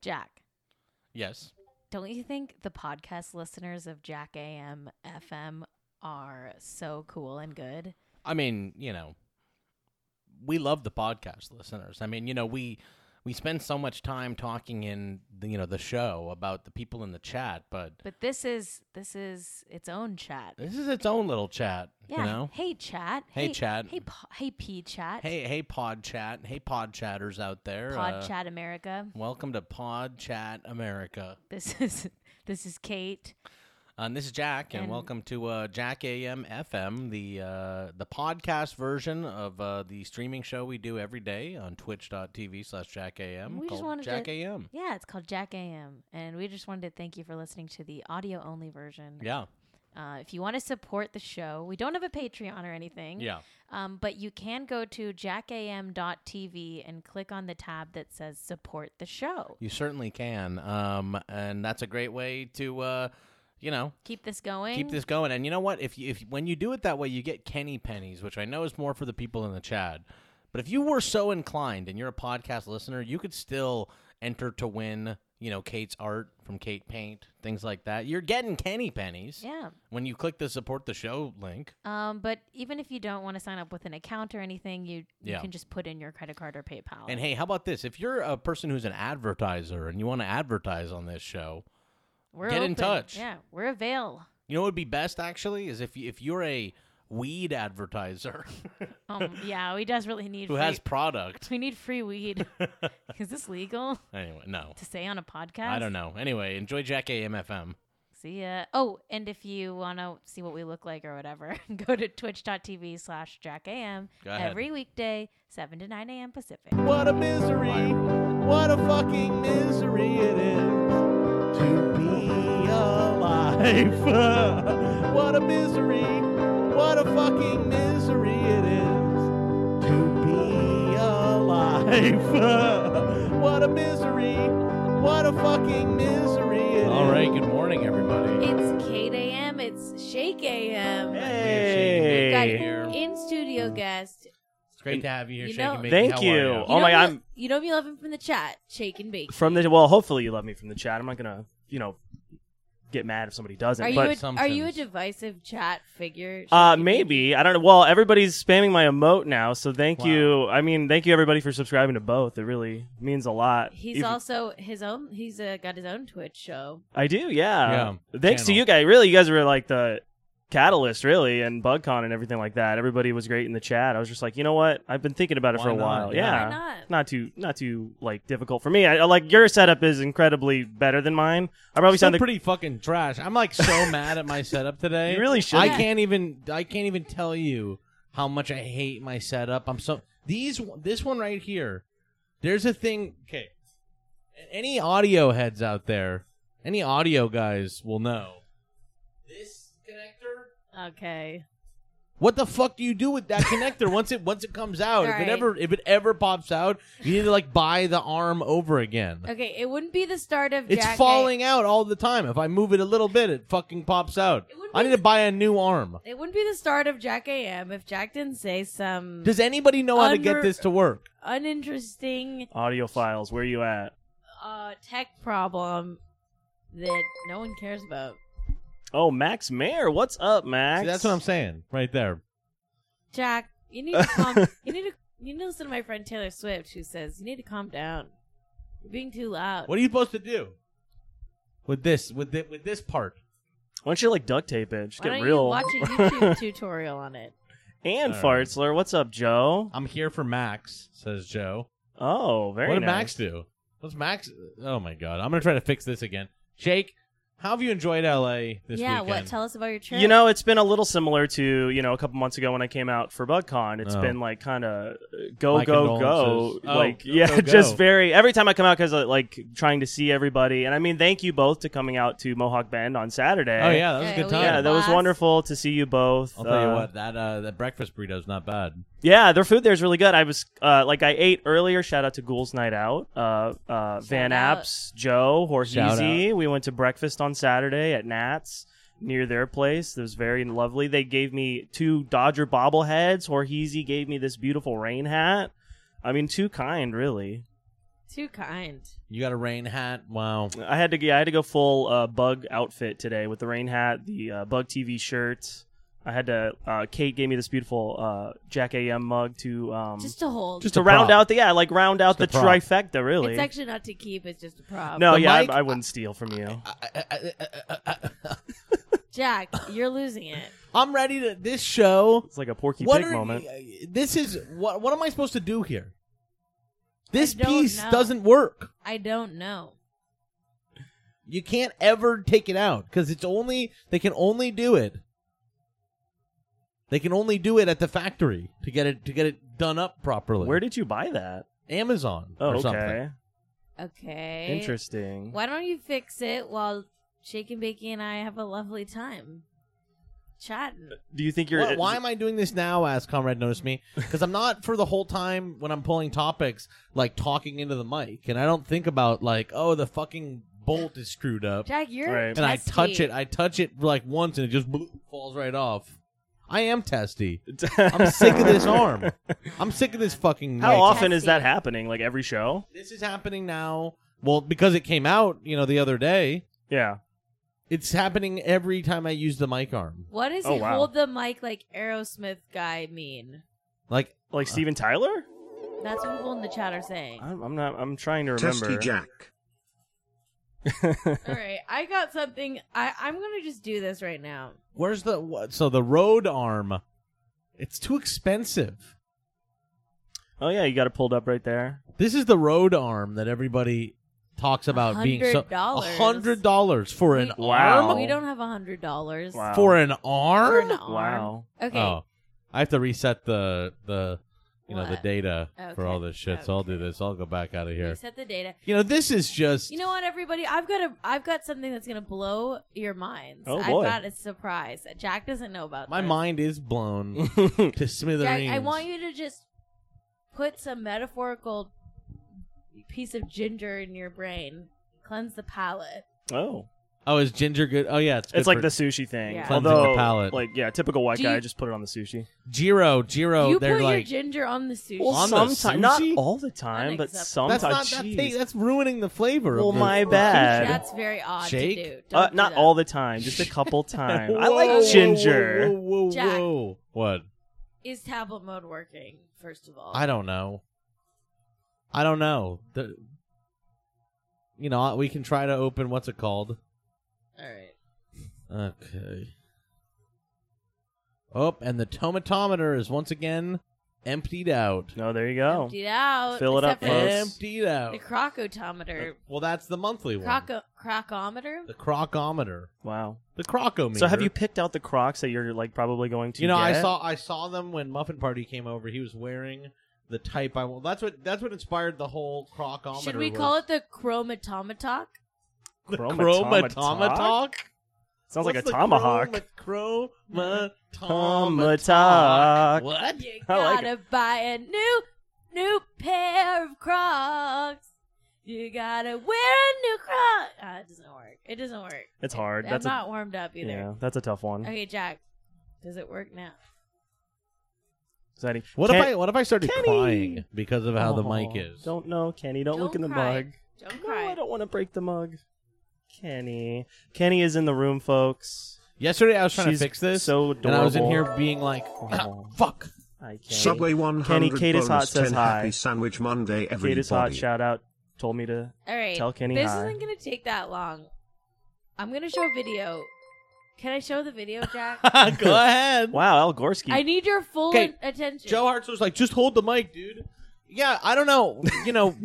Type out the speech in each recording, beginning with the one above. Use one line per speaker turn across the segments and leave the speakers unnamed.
Jack,
Yes.
don't you think the podcast listeners of Jack AM FM are so cool and good?
I mean, you know, we love the podcast listeners. I mean, you know, we we spend so much time talking in the, you know the show about the people in the chat, but
But this is this is its own chat.
this is its own little chat.
Yeah.
You know.
Hey chat.
Hey, chat.
Hey po- hey P chat.
Hey, hey, pod chat. Hey, pod chatters out there.
Pod
uh,
chat America.
Welcome to Pod Chat America.
This is this is Kate.
Um, this is Jack, and,
And-
welcome to uh, Jack AM FM, the uh, the podcast version of uh, the streaming show we do every day on twitch.tv slash Jack AM.
We just
called
wanted to-
Jack AM.
Yeah, it's called Jack AM, and we just wanted to thank you for listening to the audio only version.
Yeah,
Uh, if you want to support the show, we don't have a Patreon or anything.
yeah.
Um, but you can go to jackam.tv and click on the tab that says support the show.
You certainly can. Um, and that's a great way to, uh, you know,
Keep this going.
keep this going. And you know what? If you, if when you do it that way, you get Kenny pennies, which I know is more for the people in the chat. But if you were so inclined and you're a podcast listener, you could still enter to win. You know, Kate's art from Kate Paint, things like that. You're getting Kenny pennies
Yeah.
when you click the support the show link.
Um, but even if you don't want to sign up with an account or anything, you, you
Yeah.
can just put in your credit card or PayPal.
And hey, how about this? If you're a person who's an advertiser and you want to advertise on this show,
we're
get in
open.
touch.
Yeah, we're avail.
you know what would be best actually is if you, if you're a weed advertiser
Um, yeah, we desperately need
who
free,
has product.
we need free weed. Is this legal
Anyway, no.
to say on a podcast?
I don't know. Anyway, enjoy Jack AMFM.
See ya. Oh, and if you want to see what we look like or whatever, go to twitch.tv slash jackam
Go ahead.
every weekday, 7 to 9 a.m. Pacific.
What a misery. What a fucking misery it is to be alive. what a misery. What a fucking misery it is to be alive. what a misery. What a fucking misery it is. All right, good morning, everybody.
It's Kate AM, it's Shake AM. We've got
Hey.
in studio guest.
It's great to have you here,
You
Shaking
know-
Baby.
Thank
How are
you.
ya?
Oh
You
my
know
God,
me-
I'm-
You know me loving from the chat, shake and bake.
from the well hopefully you love me from the chat i'm not gonna you know get mad if somebody doesn't
Are you
but
a, are you a
assumptions.
divisive chat figure?
uh
Shake and Bake?
maybe i don't know well everybody's spamming my emote now so thank
Wow.
you i mean thank you everybody for subscribing to both it really means a lot
He's
If-
also his own. He's uh, got his own Twitch show.
i do yeah,
Yeah,
thanks to
channel.
you guys really you guys were like the catalyst really and bugcon and everything like that everybody was great in the chat i was just like you know what i've been thinking about it
Why
for a
not?
while
Yeah.
yeah
Why not?
not too not too like difficult for me I, I like your setup is incredibly better than mine i probably
Still
sound the
pretty fucking trash. I'm like so mad at my setup today.
You really
I
shouldn't.
can't even. I can't even tell you how much I hate my setup. I'm so these. This one right here. There's a thing. Okay. Any audio heads out there? Any audio guys will know. This connector.
Okay.
What the fuck do you do with that connector once it once it comes out? if
Alright.
it ever if it ever pops out, you need to like buy the arm over again.
Okay. It wouldn't be the start of.
It's
Jack
falling out all the time. If I move it a little bit, it fucking pops out.
It would
I
be-
need to buy a new arm.
A- it wouldn't be the start of Jack AM if Jack didn't say some
Does anybody know how to
Under-
get this to work?
uninteresting
audio files. Where you at?
uh, tech problem that no one cares about.
Oh, Max Mayer, what's up, Max?
See, that's what I'm saying right there.
Jack, you need to calm. you need to. You need to listen to my friend Taylor Swift, who says you need to calm down. You're being too loud.
What are you supposed to do with this with thi- with this part?
Why don't you like duct tape it? Just
Why
get
don't
real.
you watch a YouTube tutorial on it?
and
All right.
Fartzler, what's up, Joe?
I'm here for Max, says Joe.
Oh, very
what did
nice.
Max do? What's Max? Oh my god, I'm gonna try to fix this again. Jake, how have you enjoyed LA this
yeah,
weekend?
what? Tell us about your trip.
You know, it's been a little similar to you know a couple months ago when I came out for BugCon. It's
Oh.
been like kind of go
My
go go,
condolences. Oh,
like
go,
yeah,
go, go.
just very. Every time I come out, because like trying to see everybody, and I mean, thank you both to coming out to Mohawk Bend on Saturday.
oh yeah, that was
Yeah,
a good
we
time.
yeah,
had
that was
Blast.
wonderful to see you both.
I'll tell you
Uh,
what, that uh, that breakfast burrito is not bad.
Yeah, their food there is really good. I was uh, like I ate earlier. Shout out to Ghouls Night Out, uh, uh, Van
out.
Apps, Joe
Shout
Horheezy. We went to breakfast on Saturday at Nats near their place. It was very lovely. They gave me two Dodger bobbleheads. Horheezy gave me this beautiful rain hat. I mean, too kind, really.
Too kind.
You got a rain hat. Wow.
I had to yeah, I had to go full uh, bug outfit today with the rain hat, the uh, bug TV shirt. I had to. Uh, Kate gave me this beautiful uh, Jack AM mug to um,
Just to hold.
Just
to
a
round
prop.
out the yeah, like round out
Just
the
a prop.
trifecta. Really,
It's actually not to keep. It's just a prop.
no,
But
yeah,
Mike,
I, I wouldn't steal from you.
Jack, you're losing it.
I'm ready to this show.
It's like a Porky
what
Pig
are, uh,
moment.
This is what what am I supposed to do here? This
don't
piece
know.
doesn't work.
I don't know.
You can't ever take it out because it's only they can only do it. They can only do it at the factory to get it to get it done up properly.
Where did you buy that?
Amazon
Oh,
or
okay,
something?
Okay.
interesting.
Why don't you fix it while Shake and Bakey and I have a lovely time chatting?
Do you think you're? uh,
Why- why am I doing this now? Asked Comrade Notice Me because I'm not for the whole time when I'm pulling topics like talking into the mic, and I don't think about like oh the fucking bolt is screwed up,
Jack, you're
Right.
and I
testy.
touch it, I touch it like once, and it just bloop, falls right off. I am testy.
I?
I'm sick of this arm. I'm sick of this fucking.
How
mic.
often is
Testing.
that happening? Like every show?
This is happening now. Well, because it came out, you know, the other day.
Yeah.
It's happening every time I use the mic arm.
What does
Oh,
he
wow.
hold the mic like Aerosmith guy mean?
Like
Like Steven Tyler?
That's what people in the chat are saying.
I'm, I'm not. I'm trying to remember.
Testy Jack.
All right, I got something. I I'm gonna just do this right now.
Where's the what? So the road arm, it's too expensive.
Oh yeah, you got it pulled up right there.
This is the road arm that everybody talks about being so
$100.
hundred dollars for an
We-
Wow.
We don't have a hundred dollars.
Wow.
for an arm.
For an arm.
Wow.
Okay.
Oh, I have to reset the the you know the
What?
data
Okay.
for all this shit. So I'll do
Okay.
this. I'll go back out of here.
Reset the data.
You know this is just
You know what, everybody? I've got a I've got something that's gonna blow your minds.
Oh,
I've
boy.
got a surprise. Jack doesn't know about
my
this.
mind is blown
oh
to smithereens.
Jack, I want you to just put some metaphorical piece of ginger in your brain, cleanse the palate.
Oh, is ginger good? Oh yeah, it's, good
it's like
for-
the sushi thing.
Yeah.
Cleansing the
Although,
palate.
like, yeah, typical white
Do
guy,
you-
just put it on the sushi.
Giro, Giro.
you
they're
put your
like
ginger on the sushi.
Well, On the
sometime- not
sushi?
all the time, but
Unacceptable.
sometimes.
that's not that
Jeez.
thing- that's ruining the flavor.
Well,
of the-
my bad.
That's very odd
Shake?
to do. Don't
Uh,
do
not
that.
all the time, just a couple times. I
Whoa, whoa,
like
whoa,
ginger.
Whoa, whoa, whoa,
Jack.
whoa. What?
Is tablet mode working? First of all,
I don't know. I don't know. The- you know, we can try to open what's it called?
All right.
Okay. Oh, and the tomatometer is once again emptied out.
No, there you go.
Empty it out.
Fill it up,
except for
folks.
Emptied out.
The crocotometer.
well, that's the monthly one.
Croco- crocometer?
the crocometer.
Wow.
The crocometer.
So have you picked out the Crocs that you're like probably going to?
You know, I
get?
saw I saw them when Muffin Party came over. He was wearing the type I want. That's what that's what inspired the whole crocometer.
Should we
was.
call it the chromatomatok?
the
Chromatomatok?
chromatomatok?
Sounds like
What's the
a tomahawk.
Chroma, chromatomatok.
Tomahawk.
What?
You
I like
gotta buy a new, new pair of Crocs. You gotta wear a new Croc. Ah, it doesn't work. It doesn't work.
It's hard.
I'm
That's a-
not warmed up
Yeah,
either.
that's a tough one.
Okay, Jack. Does it work now?
Exciting.
What
Ken-
if I what if I started
Kenny!
crying because of how the
Aw,
mic is?
Don't know, Kenny. Don't, look in
Don't
the
cry.
mug.
Don't
No, I
cry.
don't want to break the mug. Kenny. Kenny is in the room, folks.
Yesterday I was trying
She's
to fix this,
So
and I was in here
adorable.
being like, "Ah,
Aw.
"Fuck."
Hi, Kenny.
Subway 100
Kenny Katis
bonus
Hot says
10
hi.
Happy Sandwich Monday everybody.
Gator's hot shout out. Told me to.
All right.
Tell Kenny
This
hi.
isn't gonna take that long. I'm gonna show a video. Can I show the video, Jack?
Go ahead.
Wow, Al Gorski.
I need your full
Okay,
attention.
Joe Hartz was like, just hold the mic, dude. Yeah, I don't know. You know,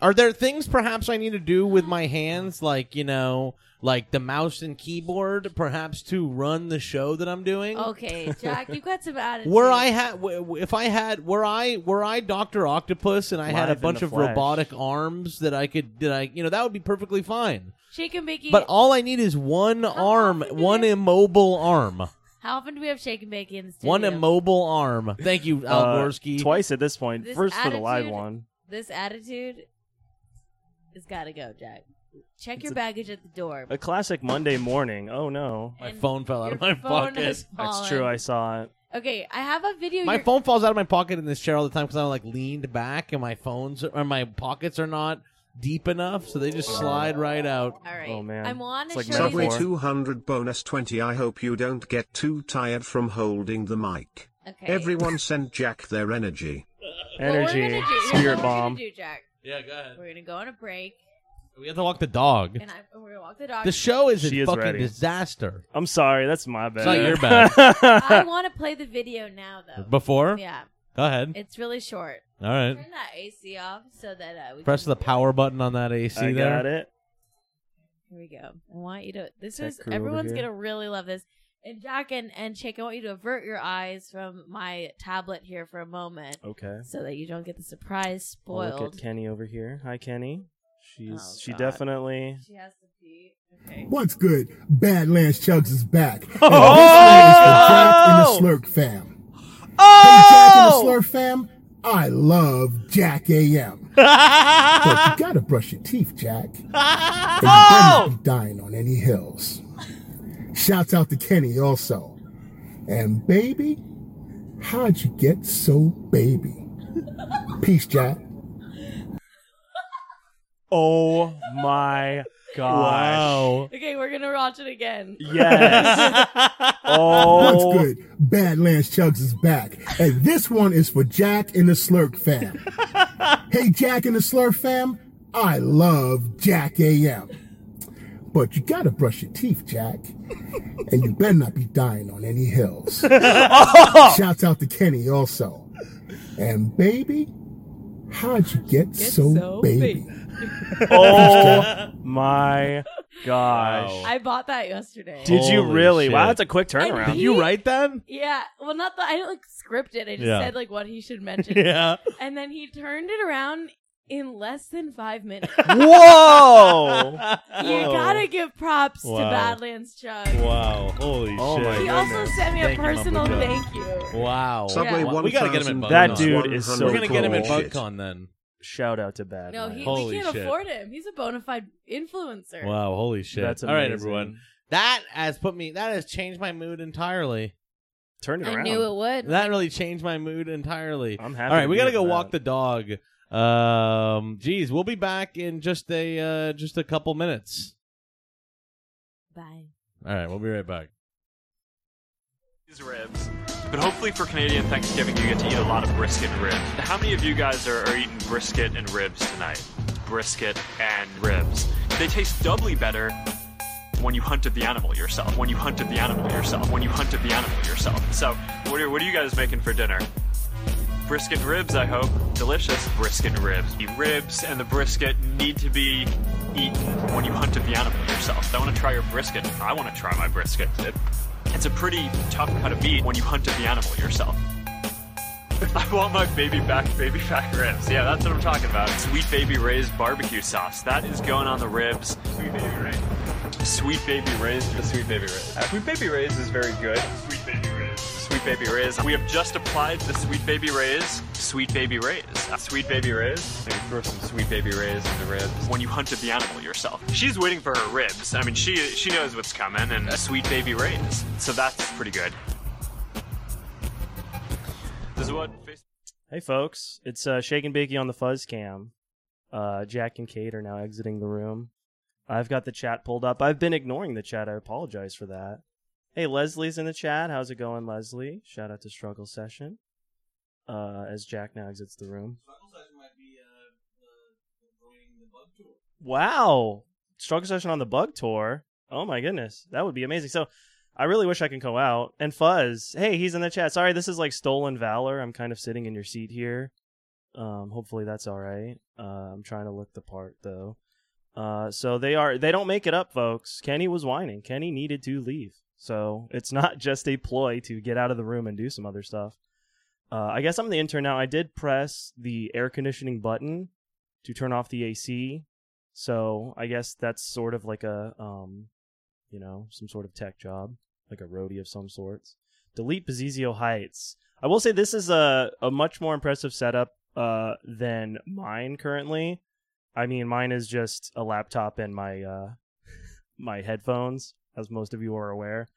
are there things perhaps I need to do with my hands, like you know, like the mouse and keyboard, perhaps to run the show that I'm doing?
Okay, Jack, you got some attitude.
Were I had, if I had, were I, were I Doctor Octopus, and I had
Live
a
in
bunch
the
of
flesh.
robotic arms that I could, that I, you know, that would be perfectly fine.
shake and bakey?
But all I need is one arm,
often do
one
they-
immobile arm,
how often do we have shake and bakey in the studio?
one immobile arm. Thank you, Al
Uh,
Gorski.
Twice at this point.
This
First for the live
attitude-
one.
This attitude has got to go, Jack. Check
It's
your
a-
baggage at the door.
A classic Monday morning. Oh no.
My
And
phone fell out of my
your phone
pocket.
has fallen.
That's true. I saw it.
Okay, I have a video.
My
you're-
phone falls out of my pocket in this chair all the time because I'm like leaned back and my phones or my pockets are not deep enough, so they just slide right out.
All right.
Oh, man.
I want
It's
to
like
show
Subway
you.
Subway
Four.
200 bonus 20. I hope you don't get too tired from holding the mic.
Okay.
Everyone sent Jack their energy.
What we're gonna
Energy,
do- here's what
spirit
we're
bomb.
Gonna do, Jack.
Yeah, go ahead.
We're gonna go on a break,
We have to walk the dog.
and I'm, we're gonna walk the dog.
The show is
She
a
is
fucking
ready.
disaster.
I'm sorry, that's my bad.
not your
I
bad.
want to play the video now, though.
Before,
Yeah,
go ahead.
it's really short.
All
Uh,
right,
Turn that AC off so that uh, we
press
can-
the power button on that AC
I
there.
got it.
Here we go. I want you to. This
Tech
is
crew over
everyone's
here.
gonna really love this. And Jack and and Chick, I want you to avert your eyes from my tablet here for a moment,
Okay.
so that you don't get the surprise
I'll Look
spoiled.
at Kenny over here. Hi, Kenny. She's
Oh,
she
God.
definitely.
She has to pee. Okay.
What's good? Badlands Chugs is back. And
Oh!
this man is the Jack and the Slurp fam. Hey, Jack and the
Oh!
Slurp fam, I love Jack AM. But you gotta brush your teeth, Jack. And you better not be dying on any hills. Shouts out to Kenny also. And baby, how'd you get so baby? Peace, Jack.
Oh my gosh!
Wow.
Okay, we're gonna watch it again.
Yes.
What's
oh.
good? Badlands Chugs is back. And this one is for Jack and the Slurp fam. hey, Jack and the Slurp fam, I love Jack AM. But you gotta brush your teeth, Jack. And you better not be dying on any hills. Shouts out to Kenny also. And baby, how'd you get, so, baby?
Oh my gosh!
I bought that yesterday.
Did you
Holy
really?
shit.
Wow, that's a quick
I-
Did
turnaround.
you write that?
yeah, well, not the. I didn't like script it. I just
Yeah.
said like what he should mention,
Yeah.
and then he turned it around in less than five minutes.
Whoa!
You gotta give props to
Wow.
Badlands Chug.
Wow. Holy
Oh
shit.
my
He
goodness.
also sent me a
Thank you, Mama
personal
Joe.
thank you.
Wow.
Oh, Subway
Yeah.
We gotta get him in
1000
That
bonus
dude is
100
so
We're gonna get him at
bullshit.
BugCon then.
Shout out to Bad.
No,
Lion.
he,
Holy
we can't
shit.
afford him. He's a bona fide influencer.
Wow. Holy shit.
That's
All right,
amazing.
everyone. That has put me. That has changed my mood entirely.
Turn it around.
I knew it would.
That really changed my mood entirely.
I'm
All
happy.
right,
to
we
be
gotta
at
go
that.
walk the dog. Um, geez, we'll be back in just a uh, just a couple minutes.
Bye.
All right, we'll be right back.
these ribs. But hopefully for Canadian Thanksgiving, you get to eat a lot of brisket and ribs. How many of you guys are, are eating brisket and ribs tonight? Brisket and ribs. They taste doubly better when you hunted the animal yourself. When you hunted the animal yourself. When you hunted the animal yourself. So, what are, what are you guys making for dinner? Brisket and ribs, I hope. Delicious brisket and ribs. The ribs and the brisket need to be eaten when you hunted the animal yourself. I want to try your brisket. I want to try my brisket. It- it's a pretty tough cut of meat when you hunted the animal yourself. I want my baby back, baby back ribs. Yeah, that's what I'm talking about. Sweet baby Ray's barbecue sauce. That is going on the ribs. Sweet baby Ray. Sweet baby Ray's. The sweet baby Ray's. Uh, sweet baby Ray's is very good. Sweet baby Ray's. Sweet baby Ray's. We have just applied the sweet baby Ray's. Sweet baby Ray's. Uh, sweet baby Ray's. Maybe throw some sweet baby Ray's in the ribs. When you hunted the animal yourself, she's waiting for her ribs. I mean, she she knows what's coming, and uh, sweet baby Ray's. So that's pretty good. This is what. Facebook-
Hey, folks. It's uh, Shake and Bakey on the Fuzz Cam. Uh, Jack and Kate are now exiting the room. I've got the chat pulled up. I've been ignoring the chat. I apologize for that. Hey, Leslie's in the chat. How's it going, Leslie? Shout out to Struggle Session. Uh, as Jack now exits the room. Wow. Struggle Session on the Bug Tour. Oh my goodness. That would be amazing. So I really wish I can go out. And Fuzz, hey, he's in the chat. Sorry, this is like stolen valor. I'm kind of sitting in your seat here. Um, hopefully that's all right. Uh, I'm trying to look the part though. Uh, so they are they don't make it up, folks. Kenny was whining. Kenny needed to leave. So it's not just a ploy to get out of the room and do some other stuff. Uh, I guess I'm the intern now. I did press the air conditioning button to turn off the AC. So I guess that's sort of like a, um, you know, some sort of tech job, like a roadie of some sorts. Delete Bezizio Heights. I will say this is a, a much more impressive setup uh, than mine currently. I mean, mine is just a laptop and my uh, my headphones, as most of you are aware.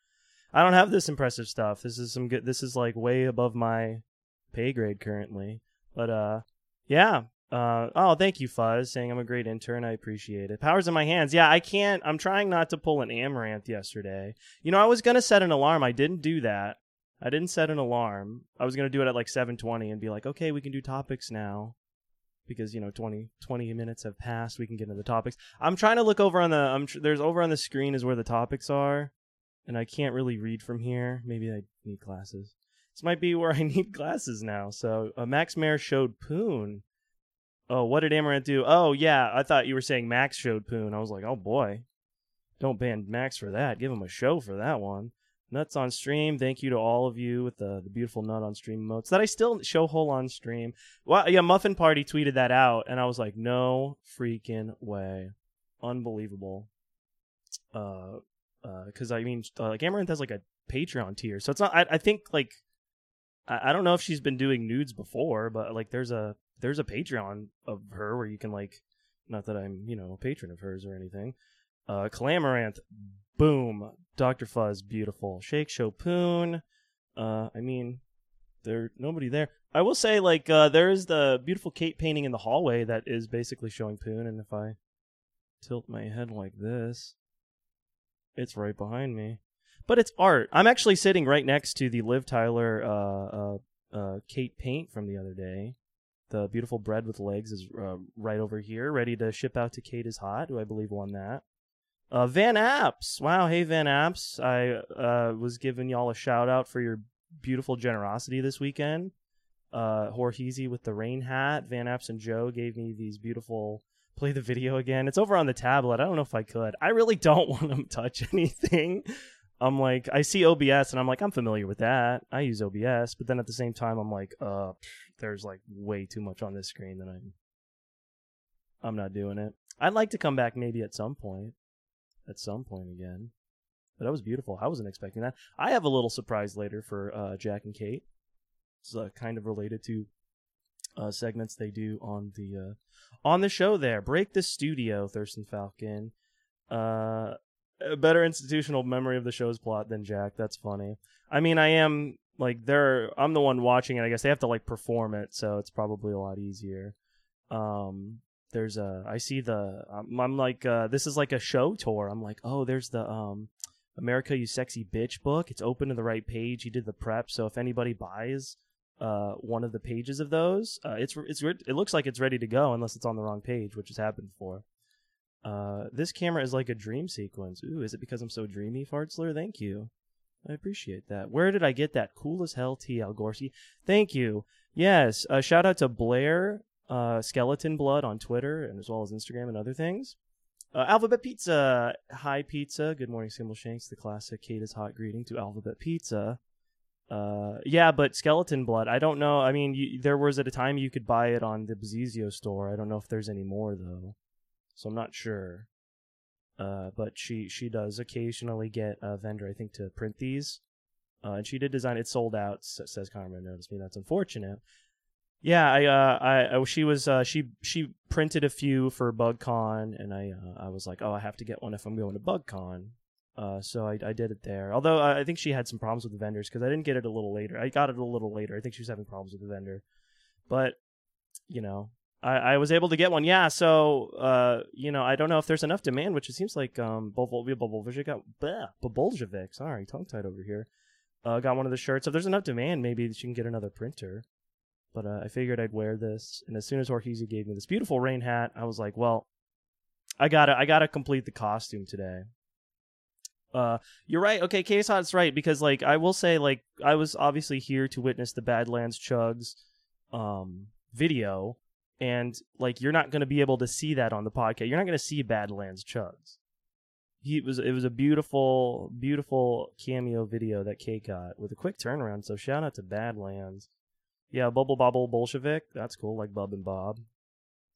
I don't have this impressive stuff. This is some good. This is like way above my pay grade currently. But uh, yeah, Uh, oh, thank you, Fuzz, saying I'm a great intern. I appreciate it. Powers in my hands. Yeah, I can't. I'm trying not to pull an amaranth yesterday. You know, I was gonna set an alarm. I didn't do that. I didn't set an alarm. I was gonna do it at like 7:20 and be like, okay, we can do topics now, because you know 20 20 minutes have passed. We can get into the topics. I'm trying to look over on the. I'm tr- there's over on the screen is where the topics are, and I can't really read from here. Maybe I need glasses. This might be where I need glasses now. So uh, Max Mayer showed Poon. Oh, what did Amaranth do? Oh, yeah, I thought you were saying Max showed Poon. I was like, oh boy, don't ban Max for that. Give him a show for that one. Nuts on stream. Thank you to all of you with the, the beautiful nut on stream emotes that I still show whole on stream. Well, yeah, Muffin Party tweeted that out, and I was like, no freaking way, unbelievable. Uh, because I mean, uh, like Amaranth has like a Patreon tier, so it's not. I, I think like I, I don't know if she's been doing nudes before, but like there's a there's a Patreon of her where you can like, not that I'm you know a patron of hers or anything. Uh, Clamoranth, boom, Doctor Fuzz, beautiful, Shake Chopoon. Uh, I mean, there nobody there. I will say like uh, there is the beautiful Kate painting in the hallway that is basically showing Poon, and if I tilt my head like this, it's right behind me. But it's art. I'm actually sitting right next to the Liv Tyler uh, uh, uh, Kate paint from the other day. The beautiful bread with legs is uh, right over here, ready to ship out to Kate is Hot, who I believe won that. Uh, Van Apps. Wow. Hey, Van Apps. I uh, was giving y'all a shout out for your beautiful generosity this weekend. Uh, Jorheezy with the rain hat. Van Apps and Joe gave me these beautiful play the video again. It's over on the tablet. I don't know if I could. I really don't want to touch anything. I'm like, I see OBS and I'm like, I'm familiar with that. I use OBS, but then at the same time, I'm like, uh, pff, there's like way too much on this screen that I'm, I'm not doing it. I'd like to come back maybe at some point, at some point again. But that was beautiful. I wasn't expecting that. I have a little surprise later for uh, Jack and Kate. It's uh, kind of related to uh, segments they do on the uh, on the show there. Break the studio, Thurston Falcon. Uh, a better institutional memory of the show's plot than Jack. That's funny. I mean, I am like they're I'm the one watching it. I guess they have to like perform it, so it's probably a lot easier. Um, there's a I see the I'm, I'm like uh, this is like a show tour. I'm like oh there's the um. America, you sexy bitch book. It's open to the right page. He did the prep, so if anybody buys, uh, one of the pages of those. Uh, it's it's re- it looks like it's ready to go unless it's on the wrong page, which has happened before. Uh, this camera is like a dream sequence. Ooh, is it because I'm so dreamy, Fartzler? Thank you. I appreciate that. Where did I get that cool as hell T. Algorsi? Thank you. Yes. Uh, shout out to Blair uh, Skeleton Blood on Twitter and as well as Instagram and other things. Uh, Alphabet Pizza. Hi, Pizza. Good morning, Symbol Shanks. The classic Kate is hot greeting to Alphabet Pizza. Uh, yeah, but skeleton blood. I don't know. I mean, you, there was at a time you could buy it on the Bezizio store. I don't know if there's any more though, so I'm not sure. Uh, but she she does occasionally get a vendor, I think, to print these. Uh, and she did design it. Sold out, s- says Carmen. Notice me. That's unfortunate. Yeah, I uh, I, I she was uh, she she printed a few for BugCon, and I uh, I was like, oh, I have to get one if I'm going to BugCon. Uh, so I, I did it there. Although I I think she had some problems with the vendors because I didn't get it a little later. I got it a little later. I think she was having problems with the vendor, but you know, I, I was able to get one. Yeah. So uh, you know, I don't know if there's enough demand, which it seems like um, Bolshevik got bleh, Bolshevik. Sorry, tongue tied over here. Uh, got one of the shirts. If there's enough demand, maybe she can get another printer. But uh, I figured I'd wear this, and as soon as Jorge gave me this beautiful rain hat, I was like, well, I gotta I gotta complete the costume today uh you're right okay case hot's right because like i will say like i was obviously here to witness the badlands chugs um video and like you're not going to be able to see that on the podcast you're not going to see badlands chugs he it was it was a beautiful beautiful cameo video that kate got with a quick turnaround so shout out to badlands yeah bubble bobble bolshevik that's cool like bub and bob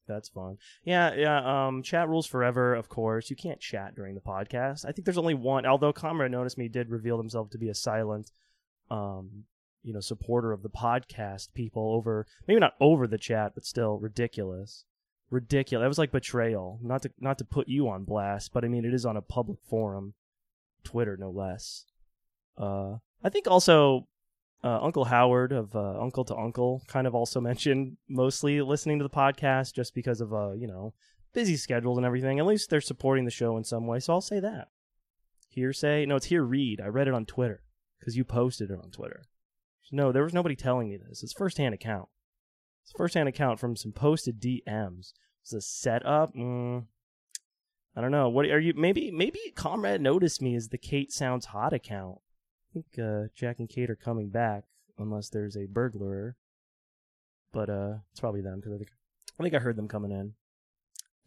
that's fun. Yeah, yeah. Um, chat rules forever, of course. You can't chat during the podcast. I think there's only one. Although Comrade noticed me did reveal himself to be a silent, um, you know, supporter of the podcast. People over, maybe not over the chat, but still ridiculous, ridiculous. That was like betrayal. Not to not to put you on blast, but I mean it is on a public forum, Twitter no less. Uh, I think also uh, Uncle Howard of uh, Uncle to Uncle kind of also mentioned mostly listening to the podcast just because of uh, you know busy schedules and everything. At least they're supporting the show in some way, so I'll say that. Hearsay? No, it's here. Read. I read it on Twitter because you posted it on Twitter. No, there was nobody telling me this. It's firsthand account. It's firsthand account from some posted DMs. It's a setup. Mm, I don't know. What are you? Maybe maybe comrade noticed me as the Kate sounds hot account. I think uh, Jack and Kate are coming back unless there's a burglar. But uh, it's probably them because I think I think I heard them coming in.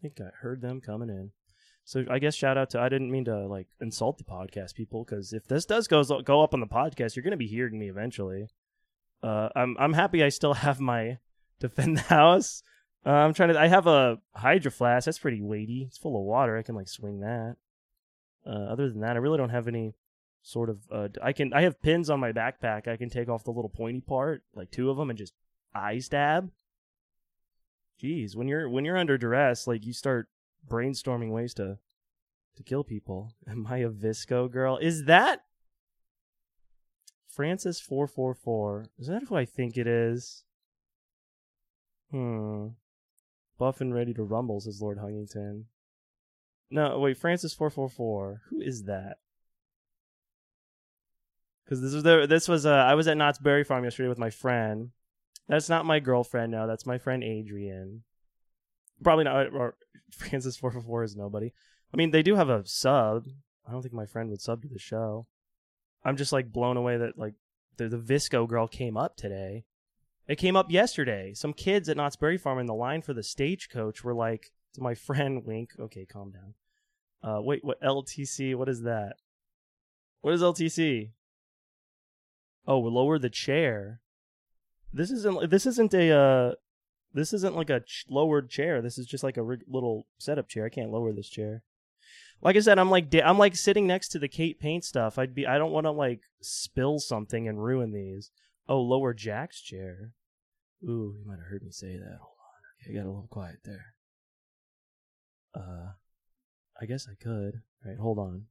I think I heard them coming in. So I guess shout out to I didn't mean to like insult the podcast people because if this does goes go up on the podcast, you're gonna be hearing me eventually. Uh, I'm I'm happy I still have my defend the house. Uh, I'm trying to. I have a hydro flask. That's pretty weighty. It's full of water. I can like swing that. Uh, other than that, I really don't have any sort of. Uh, d- I can. I have pins on my backpack. I can take off the little pointy part, like two of them, and just eye stab. Jeez, when you're when you're under duress, like you start brainstorming ways to to kill people. Am I a Visco girl? Is that Francis four four four? Is that who I think it is? Hmm. Buff and ready to rumble, says Lord Huntington. No, wait, Francis four four four. Who is that? Because this was the, this was uh, I was at Knott's Berry Farm yesterday with my friend. That's not my girlfriend now. That's my friend Adrian. Probably not. Or Francis four four four is nobody. I mean, they do have a sub. I don't think my friend would sub to the show. I'm just like blown away that like the the Visco girl came up today. It came up yesterday. Some kids at Knott's Berry Farm in the line for the stagecoach were like to my friend Wink. Okay, calm down. Uh, wait, what LTC? What is that? What is LTC? Oh, lower the chair. This isn't. This isn't a. Uh, this isn't like a ch- lowered chair. This is just like a rig- little setup chair. I can't lower this chair. Like I said, I'm like da- I'm like sitting next to the Kate Paint stuff. I'd be. I don't want to like spill something and ruin these. Oh, lower Jack's chair. Ooh, you might have heard me say that. Hold on. Okay, I got a little quiet there. Uh, I guess I could. All right, hold on.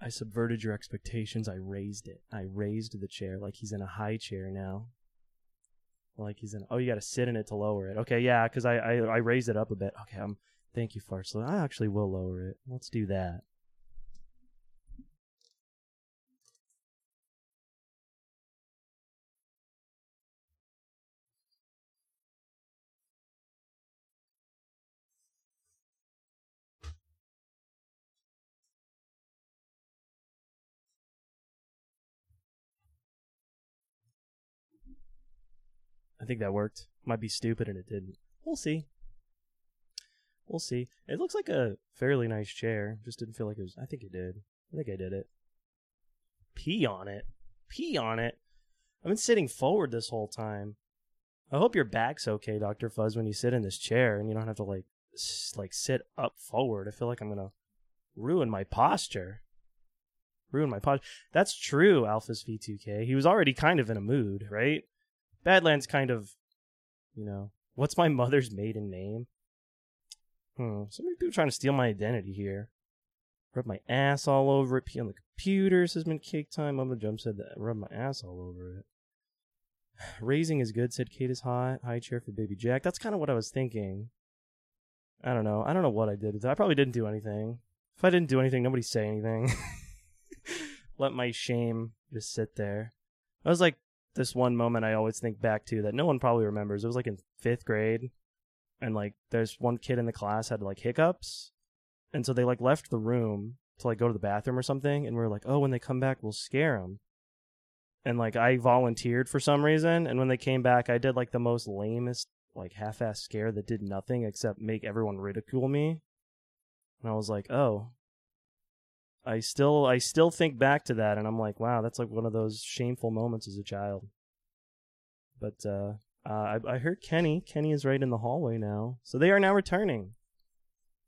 I subverted your expectations. I raised it. I raised the chair like he's in a high chair now. Like he's in. Oh, you got to sit in it to lower it. Okay, yeah, because I, I I raised it up a bit. Okay, I'm. Thank you, Farslow. I actually will lower it. Let's do that. I think that worked. Might be stupid and it didn't. We'll see. We'll see. It looks like a fairly nice chair. Just didn't feel like it was. I think it did. I think I did it. Pee on it. Pee on it. I've been sitting forward this whole time. I hope your back's okay, Doctor Fuzz, when you sit in this chair and you don't have to like s- like sit up forward. I feel like I'm gonna ruin my posture. Ruin my posture. That's true, Alpha's V2K. He was already kind of in a mood, right? Badlands kind of, you know, what's my mother's maiden name? Hmm, so many people trying to steal my identity here. Rub my ass all over it. Pee on the computer. Says been cake time. Mama Jump said that. Rub my ass all over it. Raising is good. Said Kate is hot. High chair for baby Jack. That's kind of what I was thinking. I don't know. I don't know what I did. with that. I probably didn't do anything. If I didn't do anything, nobody say anything. Let my shame just sit there. I was like, this one moment I always think back to that no one probably remembers. It was like in fifth grade, and like there's one kid in the class had like hiccups, and so they like left the room to like go to the bathroom or something, and we are like, oh, when they come back, we'll scare them. And like I volunteered for some reason, and when they came back, I did like the most lamest like half-ass scare that did nothing except make everyone ridicule me. And I was like, oh, I still I still think back to that and I'm like, wow, that's like one of those shameful moments as a child. But uh, uh I, I heard Kenny. Kenny is right in the hallway now. So they are now returning.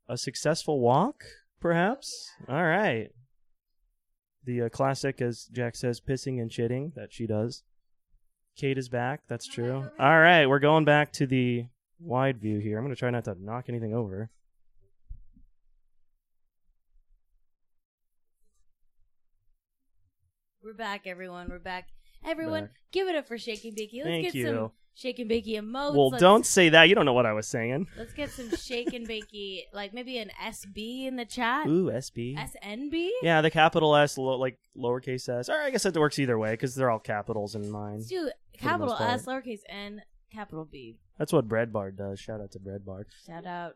A successful walk, perhaps? All right. The uh, classic, as Jack says, pissing and shitting that she does. Kate is back. That's true. All right, we're going back to the wide view here. I'm going to try not to knock anything over.
We're back, everyone. We're back. Everyone,
Back.
give it up for Shake and Bakey. Let's
Thank
get
you.
some Shake and Bakey emotes.
well,
Let's-
don't say that. You don't know what I was saying.
Let's get some Shake and Bakey, like maybe an SB in the chat.
Ooh, SB.
SNB?
Yeah, the capital S, lo- like lowercase s. Or I guess that works either way because they're all capitals in mine.
Let's do
the
capital
most part.
S, lowercase n, capital B.
That's what Breadbard does. Shout out to Breadbard.
Shout out.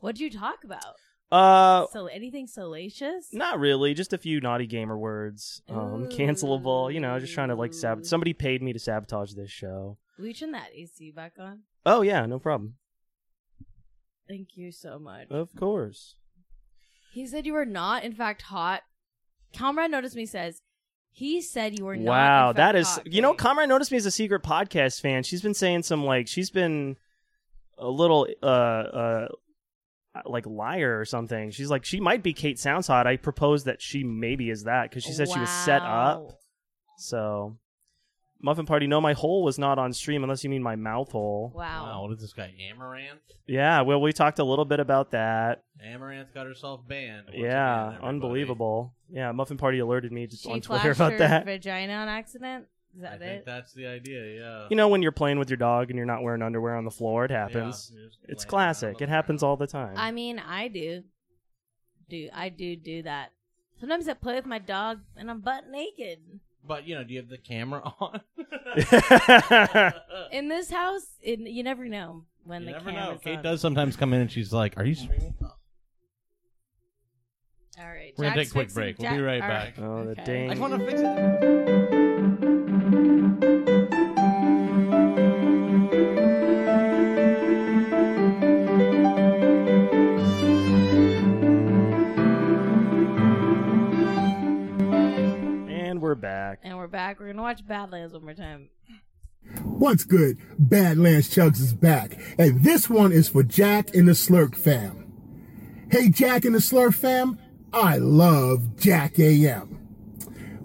What'd you talk about?
Uh,
so anything salacious?
not really. Just a few naughty gamer words. Um, cancelable. You know, just trying to like
Ooh.
sab. Somebody paid me to sabotage this show.
Will you turn that AC back on?
Oh yeah, no problem.
Thank you so much.
Of course.
He said you were not, in fact, hot. Comrade Notice Me says, he said you were not.
Wow,
in
that
fact,
is.
hot,
You know,
Kate.
Comrade noticed me as a secret podcast fan. She's been saying some like she's been a little uh uh like liar or something. She's like she might be Kate Sounds Hot. I proposed that she maybe is that because she said she was set up.
Wow.
So, Muffin Party, no, my hole was not on stream unless you mean my mouth hole.
Wow.
Wow, what is this guy? Amaranth?
Yeah, well, we talked a little bit about that.
Amaranth got herself banned. once
yeah,
again, everybody.
unbelievable. Yeah, Muffin Party alerted me just
She
on
flashed
Twitter about
her
that.
vagina on accident? Is
I
that
think
it?
that's the idea, yeah.
You know, when you're playing with your dog and you're not wearing underwear on the floor, it happens. It's classic. It happens all the time.
I mean, I do. Do I do do that? Sometimes I play with my dog and I'm butt naked.
But, you know, do you have the camera on?
In this house, it, you never know when
Uh. you
the
never know.
camera's
Kate
on.
does sometimes come in and she's like, "Are you streaming?"
All right,
We're gonna take
Jack's
a quick
fixing-
break. We'll
Jack-
be right
all
back.
Oh, the
Okay.
dang.
I just want to fix it.
and we're back.
And we're back. We're gonna watch Badlands one more time.
What's good? Badlands Chugs is back, and this one is for Jack and the Slurk fam. Hey, Jack and the Slurk fam, I love Jack AM.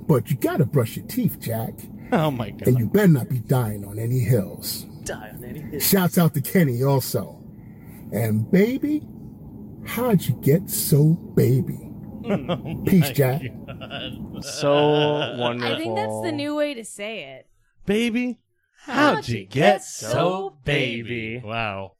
But you gotta brush your teeth, Jack,
Oh my god!
and you better not be dying on any hills.
Die on any-
Shouts out to Kenny also. And baby, how'd you get so baby? Peace, Jack.
So wonderful.
I think that's the new way to say it.
baby, how'd you get so baby? Uh, Wow,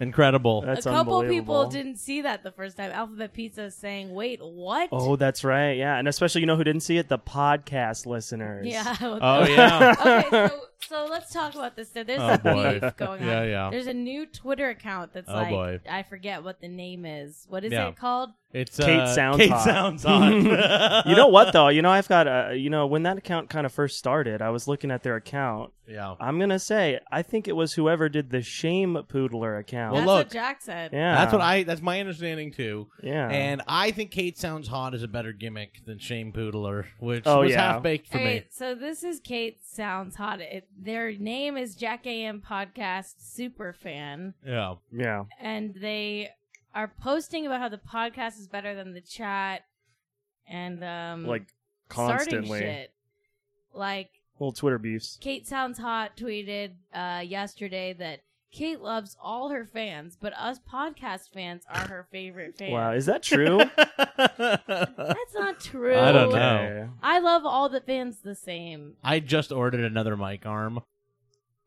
incredible.
That's
a couple people
unbelievable.
didn't see that the first time. Alphabet Pizza is saying, "Wait, what?"
Oh, that's right. Yeah, and especially you know who didn't see it? The podcast listeners.
yeah.
oh yeah.
okay, so so let's talk about this. So there's
Oh,
a
boy.
beef going on.
Yeah, yeah.
There's a new Twitter account that's
Oh,
like
boy.
I forget what the name is. What is
Yeah.
it called?
It's
Kate
uh,
sounds
Kate
hot.
sounds hot.
You know what though? You know I've got a. You know when that account kind of first started, I was looking at their account.
Yeah.
I'm gonna say I think it was whoever did the Shame Poodler account.
Well,
that's
look.
what Jack said.
yeah,
That's what I. That's my understanding too.
Yeah,
And I think Kate sounds hot is a better gimmick than Shane Poodler, which
Oh,
was
yeah.
half baked for
All
me.
right, so this is Kate Sounds Hot. It, their name is Jack AM Podcast Superfan,
Yeah.
yeah.
and they are posting about how the podcast is better than the chat and um
like
starting
constantly
shit. Like
little Twitter beefs.
Kate Sounds Hot tweeted uh, yesterday that Kate loves all her fans, but us podcast fans are her favorite fans.
Wow, is that true?
That's not true.
I don't know.
Okay.
I love all the fans the same.
I just ordered another mic arm.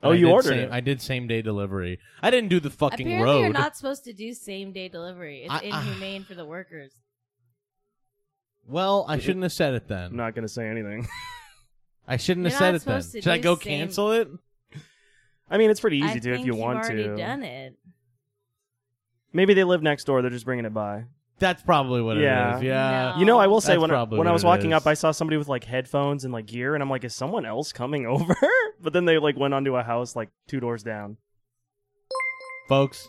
Oh,
I
you
did
ordered
same-
it.
I did same day delivery. I didn't do the fucking
Apparently,
road.
you're not supposed to do same day delivery. It's
I- uh, I-
inhumane for the workers.
Well, I shouldn't have said it then.
I'm not gonna say anything.
I shouldn't have
You're
said
not
it then.
supposed to
Should I
do
go
same-
cancel it?
I mean, it's pretty
I
easy to if
think
you
you've
want
already
to.
done it.
Maybe they live next door. They're just bringing it by.
That's probably what
Yeah.
it is. Yeah.
No.
You know, I will say
Um, That's
when I,
probably
when I
what
was
it
walking
is.
up, I saw somebody with like headphones and like gear, and I'm like, is someone else coming over? but then they like went onto a house like two doors down.
Folks,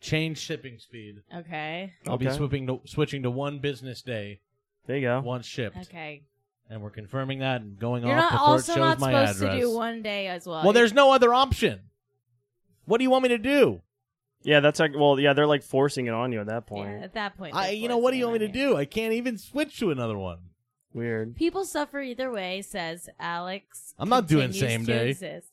change shipping speed.
Okay.
I'll be
Okay. Oh.
switching to, switching to one business day
There you go.
once shipped.
Okay.
And we're confirming that and going
You're
off
not
before
also
it shows
not
my
supposed
address.
to do one day as well.
Well, there's no other option. What do you want me to do?
Yeah, that's like well, yeah, they're like forcing it on you at that point.
Yeah, at that point.
I,
they're
you know, what do you want me
forcing
to
it.
do? I can't even switch to another one.
Weird.
People suffer either way, says Alex.
I'm not doing
continues
same
to
day.
exist.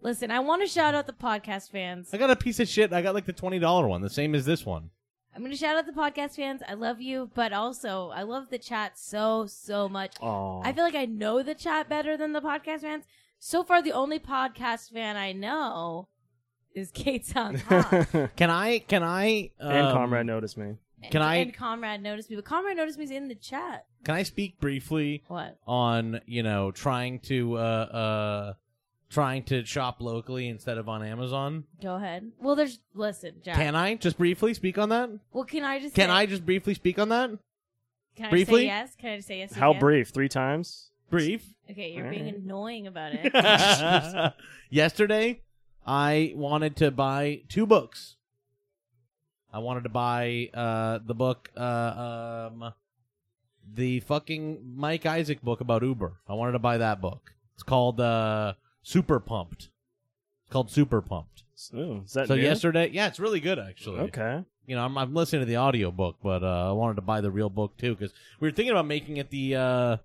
Listen, I want to shout out the podcast fans.
I got a piece of shit. I got like the twenty dollar one, the same as this one.
I'm going to shout out the podcast fans. I love you, but also I love the chat so, so much.
Oh,
I feel like I know the chat better than the podcast fans. So far, the only podcast fan I know is Kate's on top.
Can I? Can I? Um,
and comrade noticed me.
Can I-
And Conrad noticed me, but Conrad noticed me's in the chat.
Can I speak briefly
What?
on you know trying to uh uh trying to shop locally instead of on Amazon?
Go ahead. Well, there's listen, Jack.
Can I just briefly speak on that?
well, can I just
Can
say,
I just briefly speak on that?
can I
briefly?
say yes? Can I just say yes?
How
again?
brief? Three times.
Brief.
Okay, you're being
Alright.
annoying about it.
Yesterday, I wanted to buy two books. I wanted to buy uh, the book, uh, um, the fucking Mike Isaac book about Uber. I wanted to buy that book. It's called uh, Super Pumped. It's called Super Pumped.
Ooh, is that
So
new?
yesterday, yeah, it's really good actually.
Okay.
You know, I'm, I'm listening to the audio book, but uh, I wanted to buy the real book too because we were thinking about making it the uh,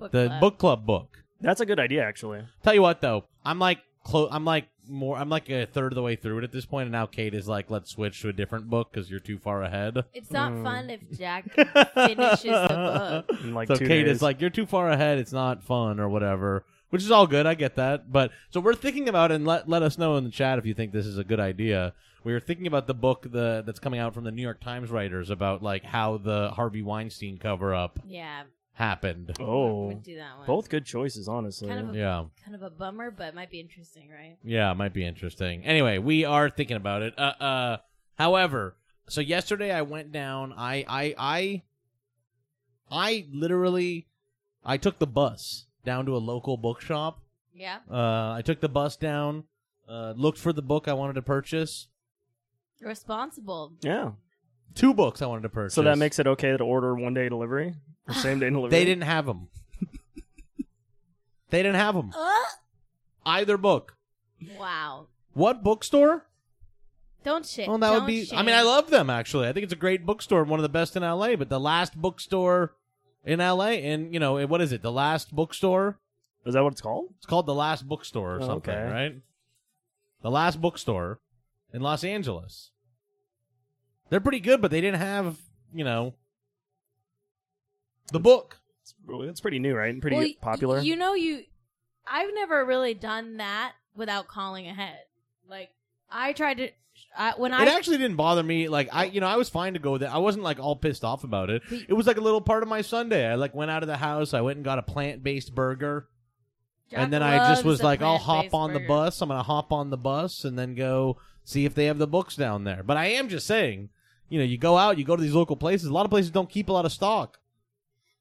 Book
the
club.
book club book.
That's a good idea, actually.
Tell you what though, I'm like close. I'm like more. I'm like a third of the way through it at this point, and now Kate is like, "Let's switch to a different book because you're too far ahead."
It's not
Hmm.
Mm.
fun if Jack.
Finishes
the book.
In like
so
two
Kate
days.
is like, "You're too far ahead. It's not fun or whatever." Which is all good. I get that. But so we're thinking about it, and let let us know in the chat if you think this is a good idea. We were thinking about the book the that's coming out from the New York Times writers about like how the Harvey Weinstein cover up
yeah.
happened.
we
oh,
would do that one.
both good choices, honestly.
Kind of a,
Yeah.
kind of a bummer, but it might be interesting, right?
Yeah, it might be interesting. Anyway, we are thinking about it. Uh, uh however, so yesterday I went down. I, I, I, I literally, I took the bus down to a local bookshop.
Yeah.
Uh, I took the bus down, uh, looked for the book I wanted to purchase.
Responsible.
yeah.
Two books I wanted to purchase.
So that makes it okay to order one day delivery or same day delivery.
they didn't have them. they didn't have them.
Uh,
Either book.
wow.
What bookstore?
Don't shit.
Well, that
Don't
would be. I
shame.
mean, I love them actually. I think it's a great bookstore, one of the best in LA. But the last bookstore in LA, and you know, it- what is it? The last bookstore.
Is that what it's called?
It's called the last bookstore or
Oh,
something,
okay.
right? The last bookstore in Los Angeles. They're pretty good, but they didn't have you know the book.
It's, it's pretty new, right? Pretty
Well, y-
popular.
You know, you. I've never really done that without calling ahead. Like I tried to. I, when I
It actually didn't bother me. Like I, you know, I was fine to go there. I wasn't like all pissed off about it.
But-
It was like a little part of my Sunday. I like went out of the house. I went and got a plant based burger.
Jack
and then I just
loves
was
the
like, I'll hop
plant-based
on the
burger.
bus. I'm gonna hop on the bus and then go see if they have the books down there. But I am just saying, you know, you go out, you go to these local places. A lot of places don't keep a lot of stock.